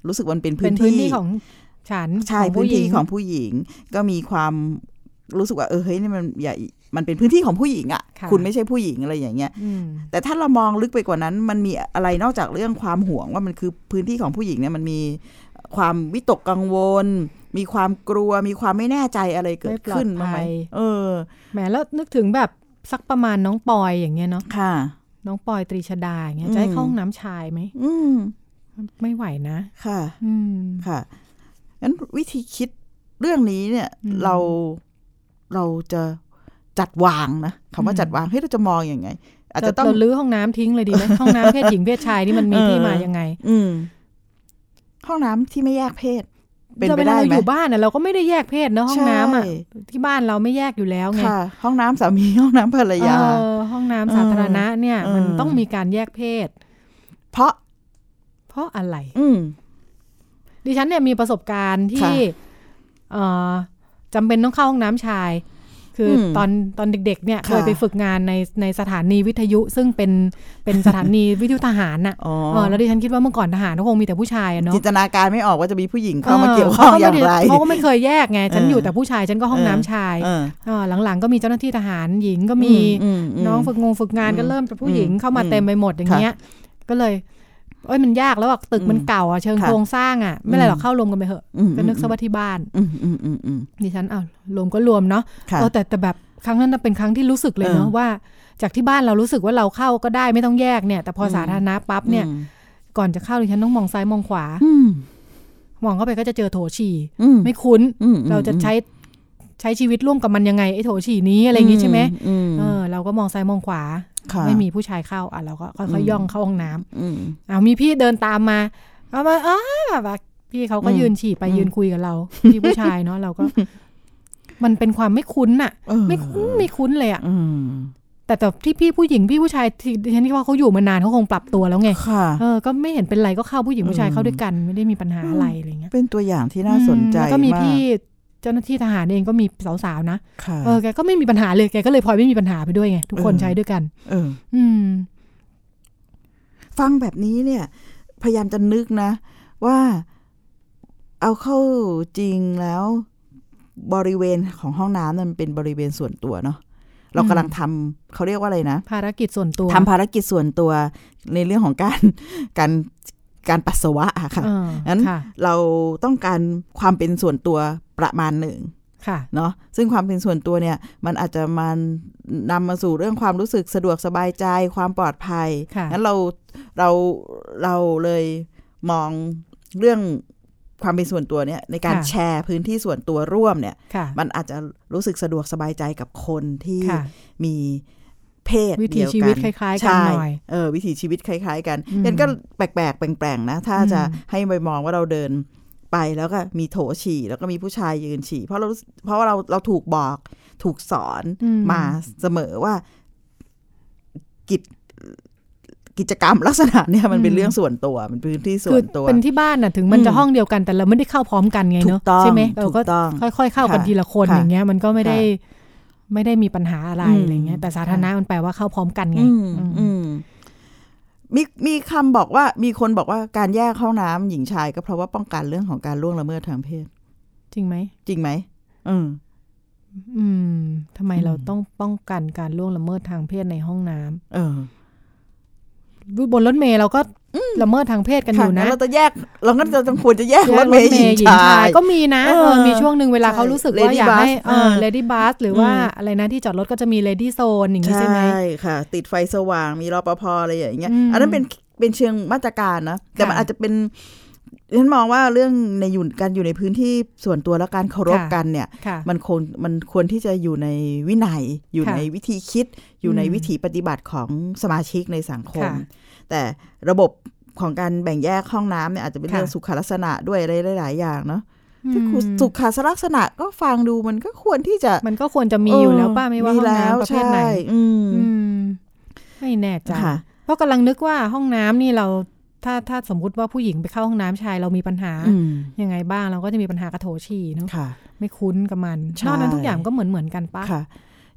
รู้สึกมันเป็น
เป็
พื้
น
น
พื้น
ที่
ที่ของฉัน
ใช่
ของ
พื้
ผู้
น
หญิ
ที่
ง
ของผู้หญิง ก็มีความรู้สึกว่าเออเฮ้ยนี่มันอย่ามันเป็นพื้นที่ของผู้หญิงอะ่ะ
ะ
คุณไม่ใช่ผู้หญิงอะไรอย่างเงี้ย
อืม
แต่ถ้าเรามองลึกไปกว่านั้น มันมีอะไรนอกจากเรื่องความห่วงว่ามันคือพื้นที่ของผู้หญิงเนี่ยมันมีความวิตกกังวล มีความกลัว มีความไม่แน่ใจอะไรเกิดขึ้นบ้างไหมเออ
แหมแล้วนึกถึงแบบสักประมาณน้องปอยอย่างเงี้ยเนาะ
ค่ะ
น้องปอยตรีชดาอย่างเงี้ย
อืม
จะให้เข้าห้องน้ำชายไหม
อืม
ไม่ไหวนะ
ค่ะ
อืม
ค่ะงั้นวิธีคิดเรื่องนี้เนี่ย
อืม
เราเราจะจัดวางนะคำว่า
อืม
จัดวางเฮ้ยเราจะมองอยังไง อาจ
จะ
จะ
ต้
ต้
อ
อง ง
ลื้อห้องน้ำทิ้งเลยดีไหม ห้องน้ำเพศหญิงเพศชายนี่มันมี
เออ
ที่มายังไง
อืม ห้องน้ำที่ไม่แยกเพศ เป็น
เรา
ไป
เวลา
ได้
เรา
ไหม
อยู่บ้านอะเราก็ไม่ได้แยกเพศเนอะห้องน้ำอะ
ใช่
ที่บ้านเราไม่แยกอยู่แล้วไง
ค่ะ ห้องน้ำสามี ห้องน้ำภรรยา
เออห้องน้ำสาธารณะเนี่ย
เออ
มันต้องมีการแยกเพศ
เพราะ
เพราะอะไร
อืม
ดิฉันเนี่ยมีประสบการณ์ที่
ค่ะ
เอ่อจำเป็นต้องเข้าห้องน้ำชาย คืออ
ม
ตอนตอนเด็ก ๆ เนี่ย
ค่ะ
เคยไปฝึกงานในในสถานีวิทยุ ซึ่งเป็นเป็นสถานีวิทยุทหารน่ะ
อ๋อ
เออแล้วดิฉันคิดว่าเมื่อก่อนทหารก็คงมีแต่ผู้ชายอะเนาะ
จินตนาการไม่ออกว่าจะมีผู้หญิงเข้ามาเกี่ยวข้องอย่างไร
เขาก็ไม่เคยแยกไง ฉัน
เอ
อ
ออยู่
แต่ผู้ชายฉันก็ห้อง
เออ
น้ำชาย
เออ
เออหลังๆ ก็มีเจ้าหน้าที่ทหารหญิงก็มี
อืมม
น้องฝึกงงฝึกงาน
อืม
ก็เริ่มจากผู้หญิง
อืม
เข้ามาเต็มไปหมดอย่างเงี้ย ก็เลย เอ้ยมันยากแล้วอะตึก
อืม
มันเก่าอะเชิง
ค่ะ
โครงสร้างอะไม่เป็นไรหรอก
อืม
เข้ารวมกันไปเถอะ
อืม
ก็นึกซะว่าที่บ้าน
อืมอืมอืมอืม
ดิฉันอ้าวรวมก็รวมเนาะ
ค่ะ
เออแต่แต่แบบครั้งนั้นน่ะเป็นครั้งที่รู้สึกเลย
เออ
เนาะว่า จากที่บ้านเรารู้สึกว่าเราเข้าก็ได้ไม่ต้องแยกเนี่ย แต่พออ
ม
สาธารณะปั๊บเนี่ย
อืม
ก่อนจะเข้าดิฉันต้องมองซ้ายมองขวา
อืม
มองเข้าไปก็จะเจอโถฉี่
อืม
ไม่คุ้น
อืม
เราจะใช้ใช้ชีวิตร่วมกับมันยังไงไอ้โถฉี่นี้อะไรอย่างงี้ใช่ไหม
อืม
เออเราก็มองซ้ายมองขวา
ค่ะ
ไม่มีผู้ชายเข้าอ่ะเราก็ค่อ
อื
ย
ม
ๆย่องเข้าห้องน้ำ
อืม
อ้าวมีพี่เดินตามมาเอามาอ้าแบบว่าพี่เขาก็
อืม
ยืนฉี่ไป
อืม
ยืนคุยกับเรา พี่ผู้ชายเนาะเราก็ มันเป็นความไม่คุ้นน่ะ
เออ
ไม่คุ้นไม่คุ้นเลยอะ
อืม
แต่แต่ที่พี่ผู้หญิงพี่ผู้ชายที่ดิฉันว่าเขาอยู่มานานเขาคงปรับตัวแล้วไง
ค่ะ
เออก็ไม่เห็นเป็นไรก็เข้าผู้หญิงผู้ชาย
อืม
เข้าด้วยกัน ไม่ได้มีปัญหาอะไรอะไรเงี้ย
เป็นตัวอย่างที่น่าสนใจ
อืมแล้วก็มี
า
พี่เจ้าหน้าที่ทหารเองก็มีสาวๆนะ
ค่ะ
เออแกก็ไม่มีปัญหาเลยแกก็เลยพลอยไม่มีปัญหาไปด้วยไงทุกคน
เออ
ใช้ด้วยกัน
เออ
อืม
ฟังแบบนี้เนี่ย พยายามจะนึกนะ ว่าเอาเข้าจริงแล้ว บริเวณของห้องน้ำนั้นมันเป็นบริเวณส่วนตัวเนาะเรากำลังทำเขาเรียกว่าอะไรนะ
ภารกิจส่วนตัว
ทำภารกิจส่วนตัวในเรื่องของการ การการปัสสาวะอะค่ะ
เออ
งั้น
ค่ะ
เราต้องการความเป็นส่วนตัวประมาณหนึ่ง
ค่ะ
เนาะซึ่งความเป็นส่วนตัวเนี่ย มันอาจจะมานำมาสู่เรื่องความรู้สึกสะดวกสบายใจความปลอดภัย
ค่ะ
งั้นเราเราเราเลยมองเรื่องความเป็นส่วนตัวเนี่ยในการแชร์พื้นที่ส่วนตัวร่วมเนี่ย
ค่ะ
มันอาจจะรู้สึกสะดวกสบายใจกับคนที่
ค่ะ
มีเพศ
วิถี
เดีย
ชีวิตคล้ายๆกัน
ใช่
หน่อย
เออวิถีชีวิตคล้าย ๆ กัน
อืม
งั้นก็แปลกๆแปลงๆนะ ถ้า
อืม
จะให้ไปมองว่าเราเดินไปแล้วก็มีโถฉี่ แล้วก็มีผู้ชายยืนฉี่ เพราะเรารู้สึกเพราะว่าเราเราถูกบอกถูกสอน
อื
มาเสมอว่ากิจกิจกรรมลักษณะเนี่ยมันเป็นเรื่องส่วนตัวมันเป็นพื้นที่ส่
คื
ว
อน
ตัว
เป็นที่บ้านน่ะถึงมัน
อืม
จะห้องเดียวกันแต่เราไม่ได้เข้าพร้อมกันไงเนอะ
ถูกต้อง
ใช่ไหม
ถู
เรา
ก
ก็
ต้อง
ค่อยๆเข้ากัน
ค่ะ
ทีละคน
ค่ะ
อย่างเงี้ย มันก็ไม่ได้ไม่ได้มีปัญหาอะไร
อืม
อะไรเงี้ยแต่สาธารณะมันแปลว่าเข้าพร้อมกันไง
อืม
อืม
อืมมีมีคำบอกว่ามีคนบอกว่าการแยกห้องน้ำหญิงชายก็เพราะว่าป้องกันเรื่องของการล่วงละเมิดทางเพศ
จริงไหม
จริงไหมเออ
อืมทำไม
อืม
เราต้องป้องกันการล่วงละเมิดทางเพศในห้องน้ำ
เออบ
นรถเมล์เราก็ละเมิดทางเพศกันอยู่
ค่ะงั้
นะ
เราจะแยก เราก็จะต้องควรจะแยก
แยก
รถเมย์หญิงชาย
ก็มีนะ
เออ
เออมีช่วงหนึ่งเวลา
ใช่
เขารู้สึก
Lady
ว่าอยากให้
Bus
เออ
เออ
เลดี้บัสหรือว่า
อืม
อะไรนะที่จอดรถก็จะมีเลดี้โซนอย่างนี้ใช่ไหม
ค่ะ ติดไฟสว่างมีรปภอะไรอย่างเงี้ย
อืม
อันนั้นเป็นเป็นเชิงมาตรการนะ แต่มัน
ค่ะ
อาจจะเป็นฉันมองว่าเรื่องในอยู่การอยู่ในพื้นที่ส่วนตัวและการเคารพ
ค่ะ
กันเนี่ย
ค่ะ
มันคงมันควรที่จะอยู่ในวินัย อยู่
ค่ะ
ในวิธีคิด อยู่ใน
อืม
วิธีปฏิบัติของสมาชิกในสังคม
ค่ะ
แต่ระบบของการแบ่งแยกห้องน้ำเนี่ยอาจจะเป็น
ค่ะ
เรื่องสุขลักษณะด้วยอะไรหลาย ๆ อย่างเนาะ
อืม
ที่สุขลักษณะก็ฟังดูมันก็ควรที่จะ
มันก็ควรจะมีอยู่แล้วป้าไม่ว่าห้องน้ำประเภทไหน
ใช่อืม
อืมไม่แน่ใจ
ค่ะ
เพราะกำลังนึกว่าห้องน้ำนี่เราถ้าถ้าสมมติว่าผู้หญิงไปเข้าห้องน้ำชายเรามีปัญหา
อืม
ยังไงบ้างเราก็จะมีปัญหากระโถฉี่เนาะ
ค่ะ
ไม่คุ้นกับมัน
ใช่
นอกนั้นทุกอย่างก็เหมือนเหมือนกันป้า
ค่ะ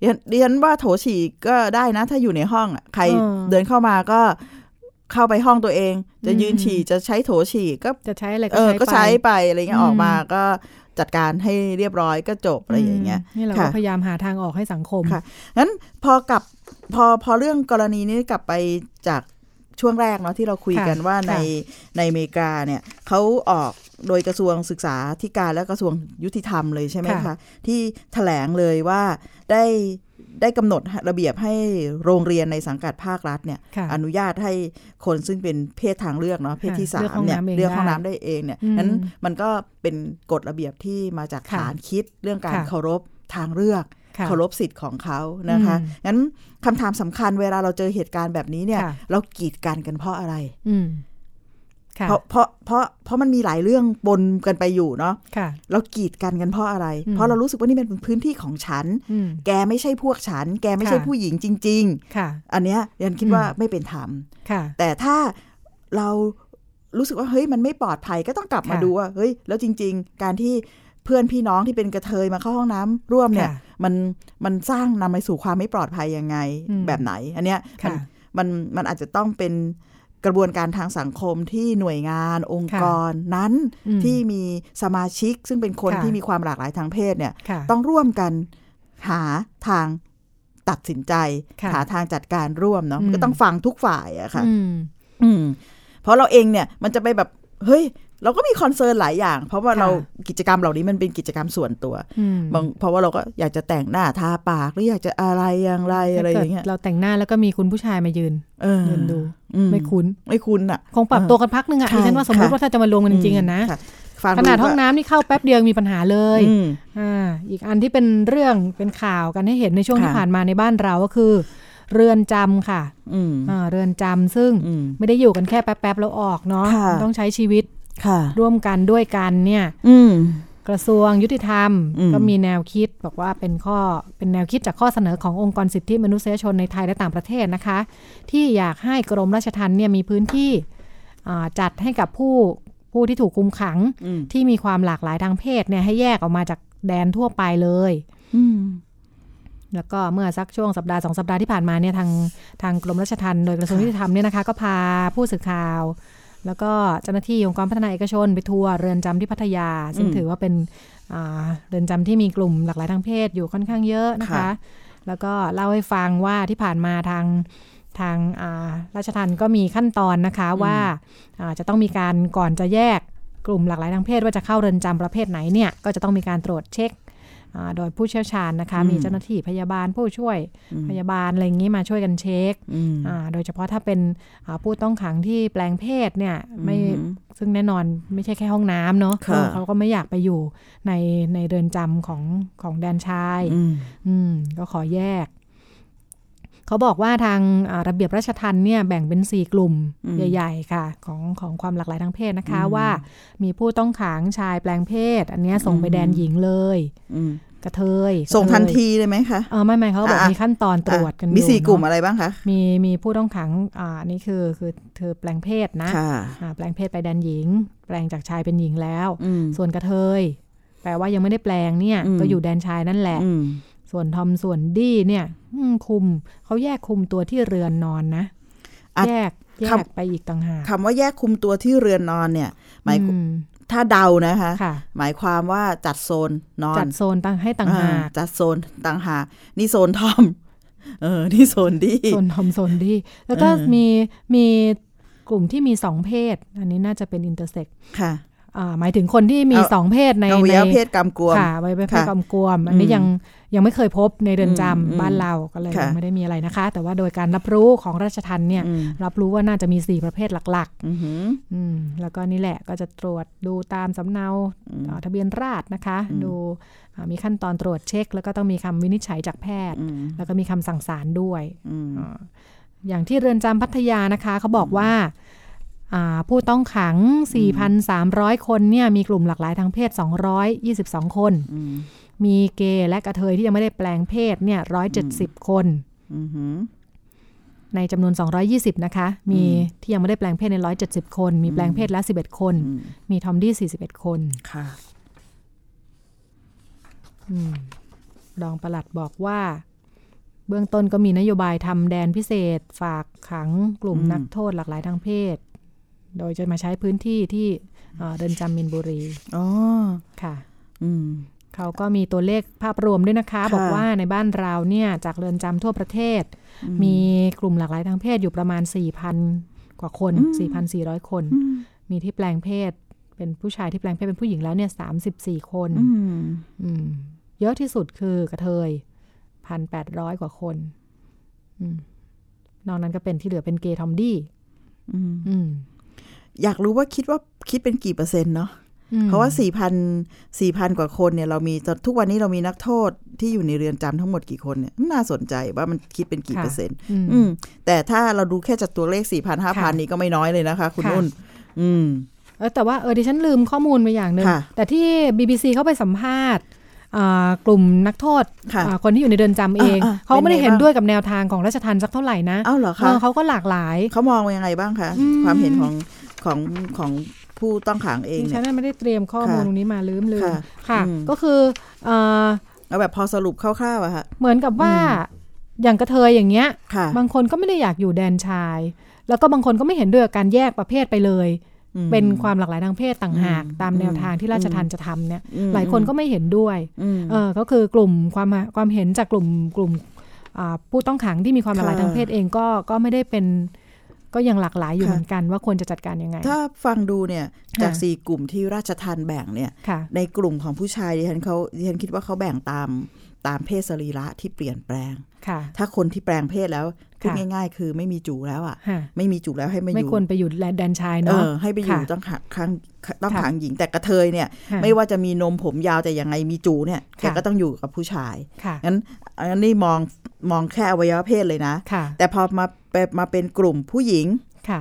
ดิฉันดิฉันว่าโถฉี่ก็ได้นะ ถ้าอยู่ในห้องอะใคร
เออ
เดินเข้ามาก็เข้าไปห้องตัวเอง จะยืน
อืม
ฉี่จะใช้โถฉี่ก็
จะใช้อะไร
เออ ก็
ก็ใช้
ใช้ไปอะไรเงี้ย
อืม
ออกมาก็จัดการให้เรียบร้อยก็จบอะไรอย่างเงี้ย
มนี่เราก็
ค่ะ
พยายามหาทางออกให้สังคม
ค่ะ งั้นพอกลับพอพอเรื่องกรณีนี้กลับไปจากช่วงแรกเนาะที่เราคุยกัน
ค่ะ
ว่า
ค่ะ
ในในอเมริกาเนี่ยเขาออกโดยกระทรวงศึกษาธิการและกระทรวงยุติธรรมเลยใช่ไหม
ค่ะ
คะ ที่แถลงเลยว่าได้ได้กำหนดระเบียบให้โรงเรียนในสังกัดภาครัฐเนี่ย
ค่ะ
อนุญาตให้คนซึ่งเป็นเพศทางเลือกเนาะเพศที่
ค่ะ
สามเนี่ย
เลื
เลื
อ
อก ก
ห้
ห้
อ
อง ง
น้ำ
น้ำได้เองเนี่ย
อืม
นั้นมันก็เป็นกฎระเบียบที่มาจาก
ค่ะ
ฐานคิดเรื่องการ
ค่ะ
เคารพทางเลือก
ค่ะ
เคารพสิทธิ์ของเขานะคะ
อืม
งั้นคำถามสำคัญเวลาเราเจอเหตุการณ์แบบนี้เนี่ย
ค่ะ
เรากีดกันกันเพราะอะไร
อืม ค่ะ
เพราะเพราะเพราะเพราะมันมีหลายเรื่องปนกันไปอยู่เนาะ
ค่ะ
เรากีดกันกันเพราะอะไร
อืม
เพราะเรารู้สึกว่านี่เป็นพื้นที่ของฉัน
อืม
แกไม่ใช่พวกฉัน แกไม่ใช่
ค่ะ
ผู้หญิงจริง
ค่ะ
ๆ อันเนี้ยยันคิดว่า
อืม
ไม่เป็นธรรม
ค่ะ
แต่ถ้าเรารู้สึกว่าเฮ้ยมันไม่ปลอดภัยก็ต้องกลับมา
ค่ะ
ดูว่าเฮ้ยแล้วจริง ๆ การที่เพื่อนพี่น้องที่เป็นกระเทยมาเข้าห้องน้ำร่วมเนี่ย
ค่ะ
มันมันสร้างนำไปสู่ความไม่ปลอดภัยยังไง
อืม
แบบไหน อันเนี้ยมั
ค่ะ
นมันมันอาจจะต้องเป็นกระบวนการทางสังคมที่หน่วยงานองค์
ค่ะ
กรนั้น
อืม
ที่มีสมาชิกซึ่งเป็นคน
ค่ะ
ที่มีความหลากหลายทางเพศเนี่ย
ค่ะ
ต้องร่วมกันหาทางตัดสินใจ
ค่ะ
หาทางจัดการร่วมเนาะมันก็
อืม
ต้องฟังทุกฝ่ายอะค่ะ
อืม
อืมเพราะเราเองเนี่ยมันจะไปแบบเฮ้ย เราก็มีคอนเซิร์นหลายอย่าง เพราะว่า
ค่ะ
เรากิจกรรมเหล่านี้มันเป็นกิจกรรมส่วนตัว
อืม
บางเพราะว่าเราก็อยากจะแต่งหน้าทาปากหรืออยากจะอะไรอย่างไรอะไรอย่างเงี้ย
ถ้กิดเราแต่งหน้าแล้วก็มีคุณผู้ชายมายืน
เออ
เดินดู
อื
ไม่คุ้น
ไม่คุ้นอ่ะ
คงปรับตัวกันพักหนึงอ่ะ
ใช่
ดิฉันว่าสมมติ
ค่ะ
ว่าถ้าจะมาลงกันจริงๆอ่ะนะ
ค่ฟั
ขนาด
ก็
ห้องน้ำนี่เข้าแป๊บเดียวยังมีปัญหาเลย
อืม
อ่าอีกอันที่เป็นเรื่องเป็นข่าวกันให้เห็นในช่วงที่
ค่ะ
ผ่านมาในบ้านเราก็คือ เรือนจำค่ะ
อืม
อ่าเรือนจำซึ่ง
อืม
ไม่ได้อยู่กันแค่แป๊บๆแล้วออกเนาะ
ค่ะ
ต้องใช้ชีวิต
ค่ะ
ร่วมกันด้วยกันเนี่ย
อืม
กระทรวงยุติธรรม
อืม
ก็มีแนวคิดบอกว่าเป็นข้อเป็นแนวคิดจากข้อเสนอขององค์กรสิทธิมนุษยชนในไทยและต่างประเทศนะคะ ที่อยากให้กรมราชทัณฑ์เนี่ยมีพื้นที่อ่าจัดให้กับผู้ผู้ที่ถูกคุมขัง
อืม
ที่มีความหลากหลายทางเพศเนี่ยให้แยกออกมาจากแดนทั่วไปเลย
อืม
แล้วก็เมื่อสักช่วงสัปดาห์สองสัปดาห์ที่ผ่านมาเนี่ยทางทางกรมราชทัณฑ์โดยกระทรวง
ค่ะ
ยุติธรรมเนี่ยนะคะก็พาผู้สื่อข่าว แล้วก็เจ้าหน้าที่องค์กรพัฒนาเอกชนไปทัวร์เรือนจำที่พัทยา ซึ่งถือว่าเป็นอ่าเรือนจำที่มีกลุ่มหลากหลายทางเพศอยู่ค่อนข้างเยอะนะคะ แล้วก็เล่าให้ฟังว่าที่ผ่านมาทางทางอ่าราชทัณฑ์ก็มีขั้นตอนนะคะว่าอ่าจะต้องมีการก่อนจะแยกกลุ่มหลากหลายทางเพศว่าจะเข้าเรือนจำประเภทไหนเนี่ยก็จะต้องมีการตรวจเช็คอ่าโดยผู้เชี่ยวชาญนะคะ
อืม
มีเจ้าหน้าที่พยาบาลผู้ช่วย
อืม
พยาบาลอะไรอย่างนี้มาช่วยกันเช็ค
อืม
อ่าโดยเฉพาะถ้าเป็นอ่าผู้ต้องขังที่แปลงเพศเนี่ยไม่
อืม
ซึ่งแน่นอนไม่ใช่แค่ห้องน้ำเนาะ
ค่ะ
เออเขาก็ไม่อยากไปอยู่ในในเรือนจำของของแดนชาย
อืม
อืมก็ขอแยก เขาบอกว่าทางอ่าระเบียบราชทันเนี่ยแบ่งเป็น 4 กลุ่ม
อืม
ใหญ่ ๆ ค่ะ ของของความหลากหลายทางเพศนะคะ
อืม
ว่ามีผู้ต้องขังชายแปลงเพศ อันเนี้ยส่งไป
อืม
แดนหญิงเลย
อืม
กระเทย
ส่งทัน
กระเย
ทีเลยไหมคะ
เออไม่ไม่เขาบอก
อ่ะ
มีขั้นตอนตรวจกัน
มี
อยู่
สี่กลุ่ม
เนอะ
อะไรบ้างคะ
มีมีผู้ต้องขังอ่าอันนี่คือคือเธอแปลงเพศนะ
ค่ะ
อ่าแปลงเพศไปแดนหญิง แปลงจากชายเป็นหญิงแล้ว
อืม
ส่วนกระเทย แปลว่ายังไม่ได้แปลงเนี่ย
อืม
ก็อยู่แดนชายนั่นแหละ
อืม
ส่วนทอมส่วนดี้เนี่ยอืมคุมเขาแยกคุมตัวที่เรือนนอนนะ
อ่ะ
แยกแย
คำ
กไปอีกต่างหาก
คำว่าแยกคุมตัวที่เรือนนอนเนี่ย หมาย
อืม
ถ้าเดานะคะ
ค่ะ
หมายความว่าจัดโซนนอน
จัดโซนต่างให้ต่างหา
อ่
ก
จัดโซนต่างหากนี่โซนทอม เออ นี่โซนดี
โซนทอมโซนดี้แล้วก็
เออ
มีมีกลุ่มที่มีสองเพศ อันนี้น่าจะเป็นอินเตอร์เซ็ก
ค่ะ
หมายถึงคนที่มี
เอา
สองเพศใน
อวั
ใน
ยวะเพศกำกวม
ค่ะไว้เป็นเพศ
ค่ะ
กลมกวม อันนี้
อืม
ยังยังไม่เคยพบในเรือนจำ
อืมอืม
บ้านเราก็เลย
ค่ะ
ยังไม่ได้มีอะไรนะคะ แต่ว่าโดยการรับรู้ของราชทันเนี่ย
อืม
รับรู้ว่าน่าจะมีสี่ประเภทหลัก ๆ
อือหือ
อืมแล้วก็นี่แหละก็จะตรวจดูตามสำเนา
อืม
เอ่อทะเบียนราษฎร์นะคะ
อืม
ดูอ่ามีขั้นตอนตรวจเช็ค แล้วก็ต้องมีคำวินิจฉัยจากแพทย์
อืม
แล้วก็มีคำสั่งศาลด้วย
อืม
อ่าอย่างที่เรือนจำพัทยานะคะเขาบอกว่าอ่าผู้ต้องขัง 4,300 คนเนี่ยมีกลุ่มหลากหลายทางเพศ 222 คน
อืม
มีเกย์และกระเทยที่ยังไม่ได้แปลงเพศเนี่ย170 คน
อือหือ
ในจำนวน 220 นะคะ มี
อืม
ที่ยังไม่ได้แปลงเพศใน 170 คน มีแปลงเพศแล้ว 11 คน
อืม
มีทอมดี้ 41 คน
ค่ะ
อืมรองปลัดบอกว่า เบื้องต้นก็มีนโยบายทำแดนพิเศษ ฝากขังกลุ่ม
อืม
นักโทษหลากหลายทางเพศ โดยจะมาใช้พื้นที่ที่เอ่อเดินจำมินบุรี
อ๋อ
ค่ะ
อืม
เขาก็มีตัวเลขภาพรวมด้วยนะคะ
ค่ะ
บอกว่าในบ้านเราเนี่ย จากเรือนจำทั่วประเทศ
อื
มีกลุ่มหลากหลายทางเพศอยู่ประมาณ 4,000 กว่าคน
อืม
4,400 คน
อืม
มีที่แปลงเพศ เป็นผู้ชายที่แปลงเพศเป็นผู้หญิงแล้วเนี่ย34 คน
อืม
อืมเยอะที่สุดคือกระเทยพันแปดร้อยกว่าคนอืมนอกนั้นก็เป็นที่เหลือเป็นเกย์ทอมดี้
อืม
อืม
อยากรู้ว่าคิดว่าคิดเป็นกี่เปอร์เซ็นต์เนาะ
อืม
เพราะว่า4 0 0 0 4,000 กว่าคนเนี่ยเรามีตอนทุกวันนี้เรามีนักโทษที่อยู่ในเรือนจำทั้งหมดกี่คนเนี่ยน่าสนใจว่ามันคิดเป็นกี่เปอร์เซ็นต์
อืม
อืมแต่ถ้าเราดูแค่จากตัวเลข 4,000 5,000
ค่ะ
นี้ก็ไม่น้อยเลยนะคะ คุณ
ค่ะ
นุ่น อืม
เออแต่ว่าเออดิฉันลืมข้อมูลไปอย่างหนึ่ง
ค่ะ
แต่ที่ BBC เข้าไปสัมภาษณ์อ่ากลุ่มนักโทษ
ค่ะ
อ่าคนที่อยู่ในเดือนจำเอง
อ่าอ่า
เขาไม่ได้
เป็นไง
เห็น
บ้าง
ด้วยกับแนวทางของราชทันสักเท่าไหร่นะ
เอ้าเหรอ
เอ
คะ
อเขาก็หลากหลาย
เขามองว่ายังไงบ้างคะ
อืม
ความเห็นของของของผู้ต้องขังเอง
ดิฉั
เนี่ย
นน่ะไม่ได้เตรียมข้อมูล
ค่ะ
ตรงนี้มาลืมลืม
ค่ะ
ค่ะ
อืม
ก็คือเอ่อ
เอาแบบพอสรุปคร่าวๆอะค่ะ
เหมือนกับว่าอย่างกระเทยอย่างเงี้ย
ค่ะ
บางคนก็ไม่ได้อยากอยู่แดนชาย แล้วก็บางคนก็ไม่เห็นด้วยกับการแยกประเภทไปเลย
อืม
เป็นความหลากหลายทางเพศต่างหาก
อืม
ตามแนวทางที่ราชทันจะทำเนี่ย
อืม
หลายคนก็ไม่เห็นด้วย
ม
เออก็คือกลุ่มความความเห็นจากกลุ่มกลุ่มอ่าผู้ต้องขังที่มีความหลากหลาย
ค่ะ
ทางเพศเองก็ก็ไม่ได้เป็นก็ยังหลากหลายอยู่เหมือนกันว่าควรจะจัดการยังไง
ถ้าฟังดูเนี่ยจาก
ค่ะ
สี่กลุ่มที่ราชทานแบ่งเนี่ย
ค่ะ
ในกลุ่มของผู้ชายดิฉันเขาดิฉันคิดว่าเขาแบ่งตามตามเพศสรีระที่เปลี่ยนแปลง
ค่ะ
ถ้าคนที่แปลงเพศแล้วพูด
ค่ะ
ง่าย ๆ คือไม่มีจูแล้วอ่ะ
ฮะ
ไม่มีจูแล้วให้มาอ
ไม่
ยู่
ควรไปอยู่แดนชาย
เอ
เนาะ
อให้ไปอยู่
ค่ะ
ต้องขังขังต้อง
ค่ะ
ขังหญิงแต่กระเทยเนี่ย
ค่ะ
ไม่ว่าจะมีนมผมยาวแต่ยังไงมีจูเนี่ยแก
ค่ะ
ก็ต้องอยู่กับผู้ชาย
ค่ะ
งั้นงั้นนี่มองมองแค่อวัยวะเพศเลยนะ
ค่ะ
แต่พอมาไปมาเป็นกลุ่มผู้หญิง
ค่ะ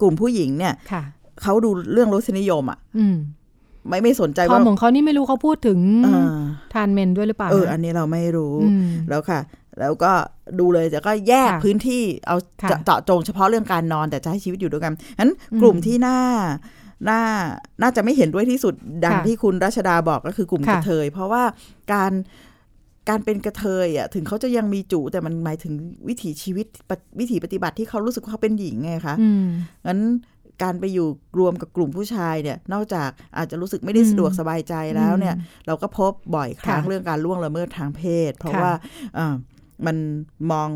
กลุ่มผู้หญิงเนี่ย
ค่ะ
เขาดูเรื่องรสนิยมอ่ะ
อืม
ไม่ไม่สนใจว่าว
คามของเขานี่ไม่รู้เขาพูดถึง
เออ
ทานเมนด้วยหรือเปล่า
เออ
นะ
อันนี้เราไม่รู้
อืม
แล้วค่ะ แล้วก็ดูเลยแต่ก็แยก
ค่ะ
พื้นที่เอา
ค่ะ
เจาะเจาะจงเฉพาะเรื่องการนอนแต่จะให้ชีวิตอยู่ด้วยกันงั้นกลุ่ม
อืม
ที่น่าน่าน่าจะไม่เห็นด้วยที่สุดดัง
ค่ะ
ที่คุณรัชดาบอกก็คือกลุ่ม
ค่ะ
กระเทย เพราะว่าการการเป็นกระเทยอ่ะถึงเขาจะยังมีจูแต่มันหมายถึงวิถีชีวิตปฏิวิถีปฏิบัติที่เขารู้สึกว่าเขาเป็นหญิงไงคะ
อืม
งั้นการไปอยู่รวมกับกลุ่มผู้ชายเนี่ย นอกจากอาจจะรู้สึกไม่ได้
อืม
สะดวกสบายใจแล้วเนี่ย
อืม
เราก็พบบ่อยครั้ง
ค่ะ
เรื่องการล่วงละเมิดทางเพศ เพราะ
ค่ะ
ว่าเอ่อมันมอง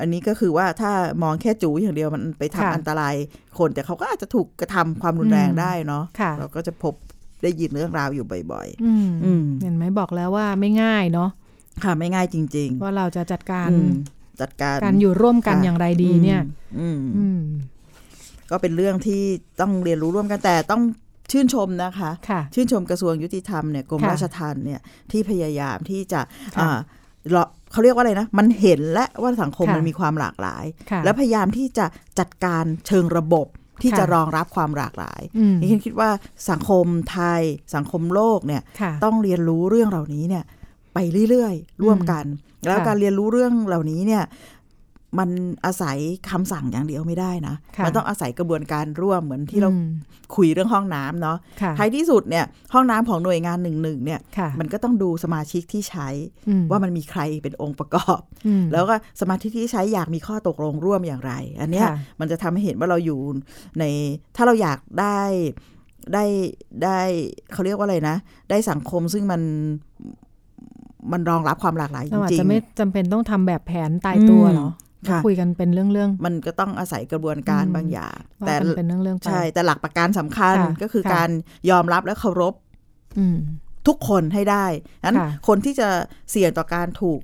อันนี้ก็คือว่าถ้ามองแค่จูอย่างเดียวมันไปทำ
ค่ะ
อันตรายคน แต่เขาก็อาจจะถูกกระทำความรุนแรง
อืม
ได้เนาะ
ค่ะ
เราก็จะพบได้ยินเรื่องราวอยู่บ่อย
อืม
อืม
เห็นไหมบอกแล้วว่าไม่ง่ายเนาะ
ๆ ค่ะไม่ง่ายจริง
ว่าเราจะจัดกา
ๆ
ร
อืมจัดการ
การอยู่ร่วมกันอย่างไรดีเนี่ย
อืมอื
อื
ม
ม
ก็เป็นเรื่องที่ต้องเรียนรู้ร่วมกันแต่ต้องชื่นชมนะคะ
ค่ะ
ชื่นชมกระทรวงยุติธรรมเนี่ยกรม
ค่ะ
ราชทัณฑ์เนี่ยที่พยายามที่จะ
ค่ะ
อ่าเราเขาเรียกว่าอะไรนะ มันเห็นและว่าสังคม
ค่ะ
มันมีความหลากหลาย
ค่ะ
แล้วพยายามที่จะจัดการเชิงระบบที่
ค่ะ
จะรองรับความหลากหลาย
อืม
ดิฉันคิดว่าสังคมไทย สังคมโลกเนี่ย
ค่ะ
ต้องเรียนรู้เรื่องเหล่านี้เนี่ยไปเรื่อยๆ ร่วมกัน แล้ว
ค่ะ
การเรียนรู้เรื่องเหล่านี้เนี่ยมันอาศัยคำสั่งอย่างเดียวไม่ได้นะ
ค่ะ
มันต้องอาศัยกระบวนการร่วมเหมือนที่เรา
อืม
คุยเรื่องห้องน้ำเนาะ
ค่ะ
ท้ายที่สุดเนี่ยห้องน้ำของหน่วยงานหนึ่งหนึ่งเนี่ย
ค่ะ
มันก็ต้องดูสมาชิกที่ใช้
อื
ว่ามันมีใครเป็นองค์ประกอบ
อืม
แล้วก็สมาชิกที่ใช้อยากมีข้อตกลงร่วมอย่างไร อันเนี้ย
ค่ะ
มันจะทำให้เห็นว่าเราอยู่ในถ้าเราอยากได้ได้ได้เขาเรียกว่าอะไรนะ ได้สังคมซึ่งมันมันรองรับความหลากหลายจ
เราอาจ
ริง
จะไม่จำเป็นต้องทำแบบแผนตายตัวเนาะ
อืมค่ะ
ก็คุยกันเป็นเรื่อง
ๆมันก็ต้องอาศัยกระบวนการบางอย่าง
ๆว่า
แต่
กันเป็นเรื่องๆไป
ใช่แต่หลักประการสำคัญ
ค่ะ
ก็คือ
ค่ะ
การยอมรับและเคารพ
อืม
ทุกคนให้ได้นั้น
ค่ะ
คนที่จะเสี่ยงต่อการถูก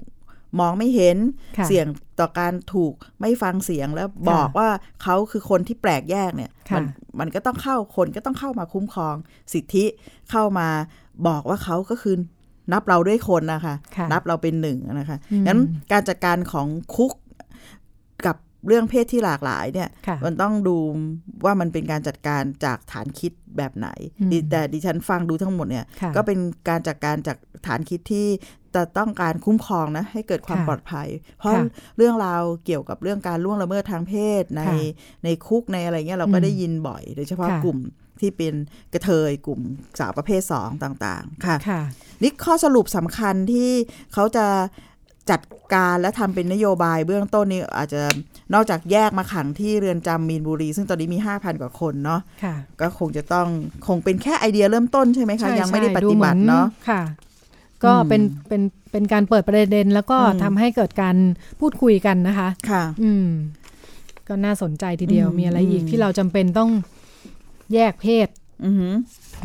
มองไม่เห็น
ค่ะ
เสี่ยงต่อการถูกไม่ฟังเสียงแล้วบอกว่าเขาคือคนที่แปลกแยกเนี่ย
ค่ะ
มัมันก็ต้องเข้าคนก็ต้องเข้ามาคุ้มครอง สิทธิเข้ามาบอกว่าเขาก็คือนับเราด้วยคนนะคะ
ค่ะ
นับเราเป็นหนึ่งนะคะ
อืม
งั้นการจัดการของคุกกับเรื่องเพศที่หลากหลายเนี่ย
ค่ะ
มันต้องดูว่ามันเป็นการจัดการจากฐานคิดแบบไหน
อืม
ดิแต่ดิฉันฟังดูทั้งหมดเนี่ย
ค่ะ
ก็เป็นการจัดการจากฐานคิดที่จะต้องการคุ้มครองนะ ให้เกิดความ
ค่ะ
ปลอดภัย เพราะ
ค่ะ
เรื่องราวเกี่ยวกับเรื่องการล่วงละเมิดทางเพศใน
ค่ะ
ในคุกในอะไรเงี้ยเราก็
อืม
ได้ยินบ่อย โดยเฉพาะ
ค่ะ
กลุ่มที่เป็นกระเทยกลุ่มสาวประเภทสองต่างๆ ค่ะ
ค่ะ
นี่ข้อสรุปสำคัญที่เขาจะจัดการและทำเป็นนโยบายเบื้องต้นนี้อาจจะนอกจากแยกมาขังที่เรือนจำมีนบุรี ซึ่งตอนนี้มี 5,000 กว่าคนเนาะ
ค่ะ
ก็คงจะต้องคงเป็นแค่ไอเดียเริ่มต้นใช่ไหมคะ
ใช่
ยังไม่ได้
ใช่
ปฏิบัติ
หมือ
เนาะ
ค่ะ ก็
อืม
เป็นเป็นเป็นการเปิดประเด็น แล้วก็
อืม
ทำให้เกิดการพูดคุยกันนะคะ
ค่ะ
อืม ก็น่าสนใจทีเดียว
อืม
มีอะไรอีก
อืม
ที่เราจำเป็นต้องแยกเพศ
อือหือ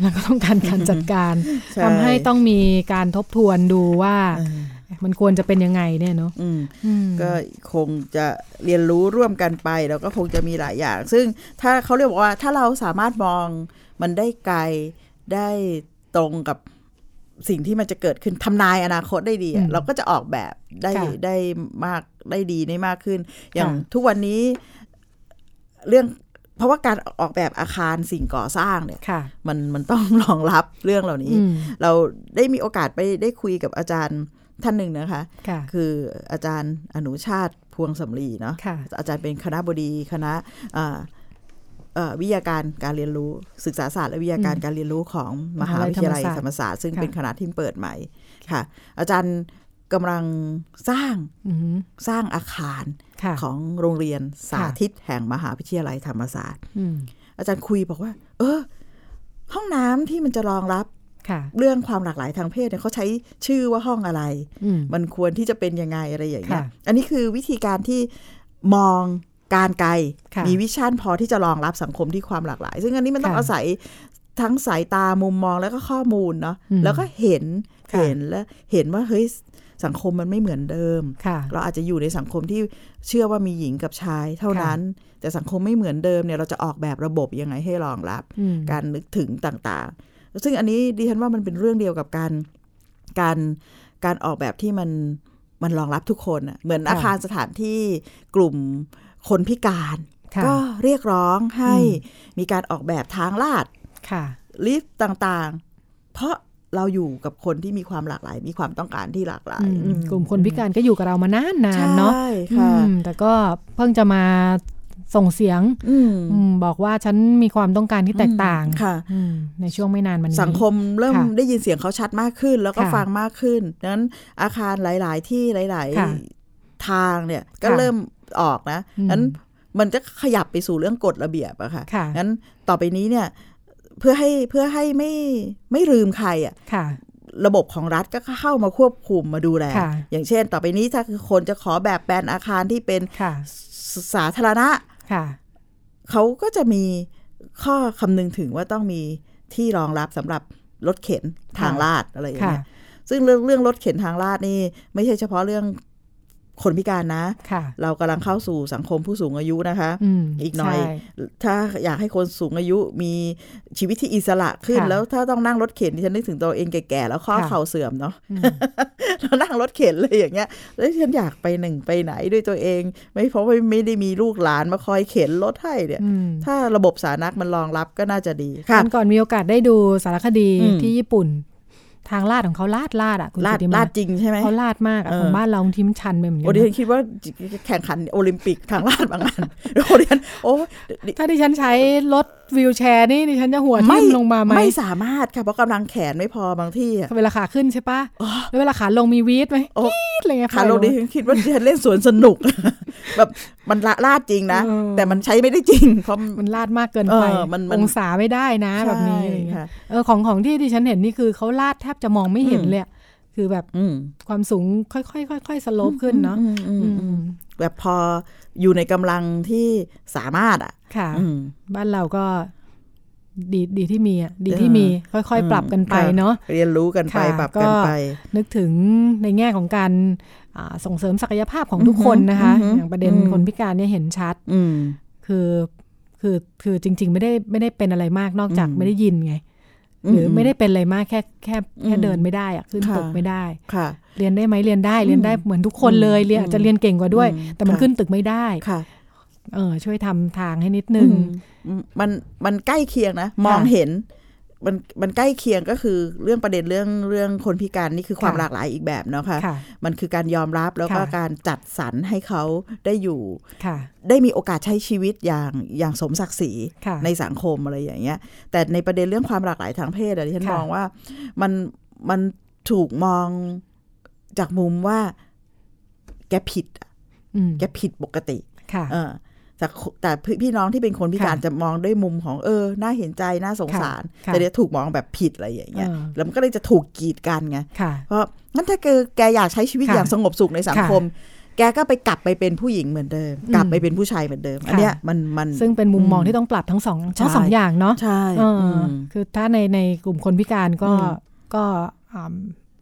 แล้วก็ต้องการการจัดการ
ใช่
ทำให้ต้องมีการทบทวนดูว่า
เออ
มันควรจะเป็นยังไงเนี่ยเนาะ
อืม
อืม
ก็คงจะเรียนรู้ร่วมกันไป แล้วก็คงจะมีหลายอย่าง ซึ่งถ้าเขาเรียกว่าถ้าเราสามารถมองมันได้ไกลได้ตรงกับสิ่งที่มันจะเกิดขึ้นทำนายอนาคตได้ดีอะ
อืม
เราก็จะออกแบบได้
ค่ะ
ได้มากได้ดีได้มากขึ้น อย่าง
ค่ะ
ทุกวันนี้เรื่องพ เพราะว่าการออกแบบอาคารสิ่งก่อสร้างเนี่ยมันมันต้อง รองรับเรื่องเหล่านี้
อืม
เราได้มีโอกาสไปได้คุยกับอาจารย์ท่านหนึ่งนะคะ
ค่ะ
คืออาจารย์อนุชาติพวงสำลีเนาะ
ค่ะ
อาจารย์เป็นคณะบดีคณะอ่าเอ่อวิทยาการการเรียนรู้ ศึกษาศาสตร์และวิทยาการ
อืม
การเรียนรู้ของมหาวิทยาลัยธรรมศาสตร์ซึ่ง
ค่ะ
เป็นคณะที่เปิดใหม่ค่ะ อาจารย์กำลังสร้าง
อืม
สร้างอาคาร
ค่ะ
ของโรงเรียนสา
ค่ะ
ธิตแห่งมหาวิทยาลัยธรรมศาสตร์
อืม
อาจารย์คุยบอกว่า เออ ห้องน้ำที่มันจะรองรับ
ค่ะ
เรื่องความหลากหลายทางเพศเนี่ยเขาใช้ชื่อว่าห้องอะไร
อืม
มันควรที่จะเป็นยังไงอะไรอย่างเงี้ย
ค่ะ
อันนี้คือวิธีการที่มองการไกล
ค่ะ
มีวิชั่นพอที่จะรองรับสังคมที่ความหลากหลาย ซึ่งอันนี้มันต้องอาศัยทั้งสายตามุมมองแล้วก็ข้อมูลเนาะ
อืม
แล้วก็เห็น
ค่ะ
เห็นแล้วเห็นว่าเฮ้ยสังคมมันไม่เหมือนเดิม
ค่ะ
เราอาจจะอยู่ในสังคมที่เชื่อว่ามีหญิงกับชายเท่า
ค่ะ
นั้น แต่สังคมไม่เหมือนเดิมเนี่ยเราจะออกแบบระบบยังไงให้รองรับ
อืม
การนึกถึงต่างๆ ซึ่งอันนี้ดิฉันว่ามันเป็นเรื่องเดียวกับการการการออกแบบที่มันมันรองรับทุกคนอะเหมือน
ค่ะ
อาคารสถานที่กลุ่มคนพิการ
ค่ะ
ก็เรียกร้องให้
อื
มีการออกแบบทางลาด
ค่ะ
ลิฟต์ต่างๆ เพราะเราอยู่กับคนที่มีความหลากหลาย มีความต้องการที่หลากหลาย
อืม
อืม
กลุ่มคนพิการก็อยู่กับเรามานานนานๆเนาะ
ใช่ค่ะ
อืมแต่ก็เพิ่งจะมาส่งเสียง
อืม
อืมบอกว่าฉันมีความต้องการที่แตกต่าง
ค่ะ
อืมในช่วงไม่นานมันนี้
สังคมเริ่ม
ค่ะ
ได้ยินเสียงเขาชัดมากขึ้น แล้วก็
ค่ะ
ฟังมากขึ้นดังนั้นอาคารหลาย ๆ ที่หลาย
ค่ะ
ๆ ทางเนี่ยก็
ค่ะ
เริ่มออกนะ
อืม
นั้นมันจะขยับไปสู่เรื่องกฎระเบียบอะค่ะ
ค่ะ
งั้นต่อไปนี้เนี่ยเพื่อให้เพื่อให้ไม่ไม่ลืมใครอะ
ค่ะ
ระบบของรัฐก็เข้ามาควบคุมมาดูแล
ค่ะ
อย่างเช่น ต่อไปนี้ถ้าคือคนจะขอแบบแปลนอาคารที่เป็น
ค่ะ
สสาธารณะ
ค่ะ
เขาก็จะมีข้อคำนึงถึงว่าต้องมีที่รองรับสำหรับรถเข็นทางลาดอะไรอย่าง
ค่ะ
เงี้ย ซึ่งเรื่องเรื่องรถเข็นทางลาดนี่ ไม่ใช่เฉพาะเรื่องคนพิการนะ
ค่ะ
เรากำลังเข้าสู่สังคมผู้สูงอายุนะคะ
อืม
อีกหน่อย
ใช่
ถ้าอยากให้คนสูงอายุมีชีวิตที่อิสระขึ้น
ค่ะ
แล้วถ้าต้องนั่งรถเข็นดิฉันนึกถึงตัวเองแก่ๆแล้วข้อ
ค่ะ
เข่าเสื่อมเนาะ
อืม
เรานั่งรถเข็นเลยอย่างเงี้ย แล้วฉันอยากไปหนึ่งไปไหนด้วยตัวเอง ไม่เพราะว่าไม่ได้มีลูกหลานมาคอยเข็นรถให้เนี่ย
อืม
ถ้าระบบสาธารณะมันรองรับก็น่าจะดีค่ะ
วันก่อนมีโอกาสได้ดูสารคดี
อืม
ที่ญี่ปุ่น ทางลาดของเขาลาดลาดอ่ะคุณ
ลาด
สุติมา
ลาดจริงใช่ไหม
เขาลาดมากอะ
เออ
ของบ้านเราบางทีมันชันไปเหมือนกั
โอ้
น
ดิฉั
นะ
นคิดว่าแข่งขันโอลิมปิกทางลาดบางอัน โอ้ดิฉันโอ้ดิ
ถ้าดิฉันใช้รถวีลแชร์นี่ดิฉันจะหัวทิ่มลงมาไหม
ไม่สามารถค่ะเพราะกำลังแขนไม่พอบางที่อะ
เวลาขาขึ้นใช่ปะแล้วเวลาขาลงมีวีดไหม
โอ้
วีดอะไรเงี้ย
ขาลง
ไป
ดิฉันคิดว่าดิฉันเล่นสวนสนุก แบบมันละลาดจริงนะ
เออ
แต่มันใช้ไม่ได้จริงเพราะ
มันลาดมากเกินไป
เออมันมัน
องศาไม่ได้นะแบบนี้อะ
ใช่
ไรเงี้ย
ค่ะ
เออของของที่ดิฉันเห็นนี่คือเขาลาดแทบจะมองไม่เห็นเลยอะคือแบบ
อืม
ความสูงค่อยๆค่อยๆสโลปขึ้นเนาะ
อืมอืม
อื
อืม
ม
แบบพออยู่ในกำลังที่สามารถอ่ะ
ค่ะ
อืม
บ้านเราก็ดีดีที่มีอ่ะดีที่มีค่อยๆ ปรับกันไป
อืม
เนาะ
ค่เรียนรู้กันไป
ค่ะ
ปรับกันไป
ก็ นึกถึงในแง่ของการอ่าส่งเสริมศักยภาพของทุกคนนะคะ
อือฮึ
อย่างประเด็น
อืม
คนพิการเนี่ยเห็นชัด
อืม
คือคือคือจริง ๆ ไม่ได้ไม่ได้เป็นอะไรมากนอกจาก
อืม
ไม่ได้ยินไง หรืออ
ม
ไม่ได้เป็นอะไรมากแค่แค่แค่
อืม
เดินไม่ได้อะขึ้น
ค่ะ
ตึกไม่ได้
ค่ะ
เรียนได้ไหมเรียนได้เรียนได้เหมือนทุกคนเลยเรียนอาจจะเรียนเก่งกว่าด้วย
อืม
แต่มัน
ค่ะ
ขึ้นตึกไม่ได้
ค่ะ
เออช่วยทำทางให้นิดนึง
อืมมันมันใกล้เคียงนะ มองเห็น มันมันใกล้เคียงก็คือเรื่องประเด็นเรื่องเรื่องคนพิการนี่คือความ
ค่ะ
หลากหลายอีกแบบเนาะค่ะ
ค่ะ
มันคือการยอมรับแล้วก็
ค่ะ
การจัดสรรให้เขาได้อยู่
ค่ะ
ได้มีโอกาสใช้ชีวิตอย่างอย่างสมศักดิ์ศรี
ค่ะ
ในสังคมอะไรอย่างเงี้ย แต่ในประเด็นเรื่องความหลากหลายทางเพศอะดิฉัน
ค่ะ
มองว่ามันมันถูกมองจากมุมว่าแกผิดอะ
อืม
แกผิดปกติ
ค่ะ
เออแต่คแต่พี่พี่น้องที่เป็นคนพิการ
ค่ะ
จะมองด้วยมุมของเออ น่าเห็นใจน่าสงสาร
ค่ะ
แต่เดี๋ยวถูกมองแบบผิดอะไรอย่างเงี้ย
เออ
แล้วมันก็เลยจะถูกกีดกันไง
ค่ะ
เพราะงั้นถ้าเกอแกอยากใช้ชีวิต
ค่ะ
อย่างสงบสุขในสัง
ค่ะ
คม แกก็ไปกลับไปเป็นผู้หญิงเหมือนเดิม
อืม
กลับไปเป็นผู้ชายเหมือนเดิม อัน
ค่ะ
เนี้ยมันมัน
ซึ่งเป็นมุมมองที่ต้องปรับทั้งสองทั้ง
ใช่
สองอย่างเนาะ
ใช่
เอออ
ม
คือถ้าในในกลุ่มคนพิการก็
อืม
ก็อ่า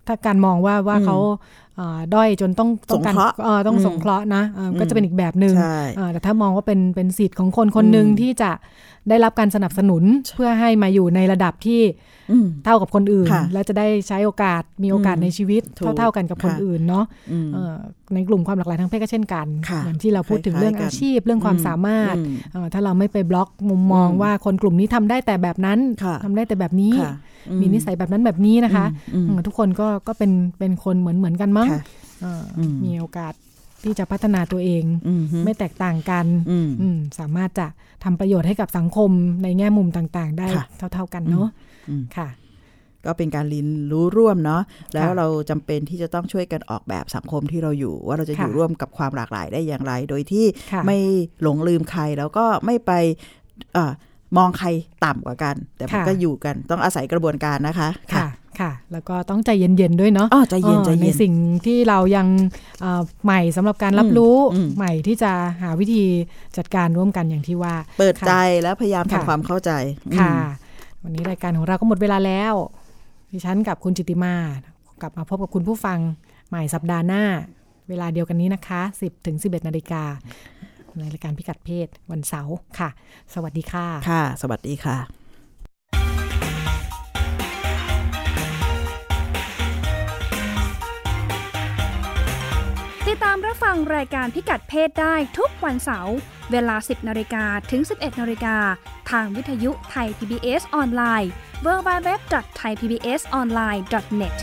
ถ้าการมองว่าว่า
อืม
เขา เอ่อด้อยจนต้องต้องการ
สงเคราะห์
เอ่อต้อง
อืม
สงเคราะห์นะเอ่ออ
ม
ก็จะเป็นอีกแบบหนึ่ง
ใช่
เอ่อแต่ถ้ามองว่าเป็นเป็นสิทธิ์ของคนคนหนึ่ง
อืม
ที่จะได้รับการสนับสนุนเพื่อให้มาอยู่ในระดับที่
อืม
เท่ากับคนอื่น
ค่ะ
และจะได้ใช้โอกาสมีโอกาส
อืม
ในชีวิต
ถูก
เท่าๆกันกับคน
ค่ะ
อื่นเนาะ
อืม
เอ่อในกลุ่มความหลากหลายทางเพศก็เช่นกัน
ค่ะ
อย่างที่เราพูดถึงเรื่อง
คล้ายๆกั
อาน ชีพเรื่องความ
อืม
สามารถ
อืม
เอ่อถ้าเราไม่ไปบล็อกมุมมอง
อืม
ว่าคนกลุ่มนี้ทำได้แต่แบบนั้น
ค่ะ
ทำได้แต่แบบนี้
ค่ะอืม
มีนิสัยแบบนั้นแบบนี้นะคะ
อืมอืม
อืมทุกคนก็ก็เป็นเป็นคนเหมือนเหมือนกันมั้ง
ค่ะ
เอ่ออ
ม
มีโอกาสที่จะพัฒนาตัวเอง
อือฮึ
ไม่แตกต่างกัน
อืม
อืมสามารถจะทำประโยชน์ให้กับสังคมในแง่มุมต่างๆ ได้
ค่ะ
เท่า ๆกันเนาะ
อืม
ค่ะ
ก็เป็นการเรียนรู้ร่วมเนาะแล้ว
ค่ะ
เราจำเป็นที่จะต้องช่วยกันออกแบบสังคมที่เราอยู่ ว่าเราจะ
ค่ะ
อยู่ร่วมกับความหลากหลายได้อย่างไร โดยที่
ค่ะ
ไม่หลงลืมใครแล้วก็ไม่ไปเออมองใครต่ำกว่ากัน แต่มัน
ค่ะ
ก็อยู่กันต้องอาศัยกระบวนการนะคะ
ค่ะค่ะ แล้วก็ต้องใจเย็นๆด้วยเนาะ
อ้อใจเย็น
ออ
ใจเย็น
สิ่งที่เรายังเอ่อใหม่สำหรับการรับ
อืม
รู้
อืม
ใหม่ที่จะหาวิธีจัดการร่วมกันอย่างที่ว่า
เปิด
ค่ะ
ใจแล้วพยายาม
ค่ะ
ทำความเข้าใจ
ค่ะ
อืม
วันนี้รายการของเราก็หมดเวลาแล้วดิฉันกับคุณจิตติมากลับมาพบกับคุณผู้ฟังใหม่สัปดาห์หน้า เวลาเดียวกันนี้นะคะ 10ถึง11นาฬิกาในรายการพิกัดเพศวันเสาร์ค่ะ สวัสดีค่ะ
ค่ะ สวัสดีค่ะ
ติดตามรับฟังรายการพิกัดเพศได้ทุกวันเสาร์เวลา 10นาฬิกาถึง 11นาฬิกาทางวิทยุไทย PBS ออนไลน์ www.thaipbsonline.net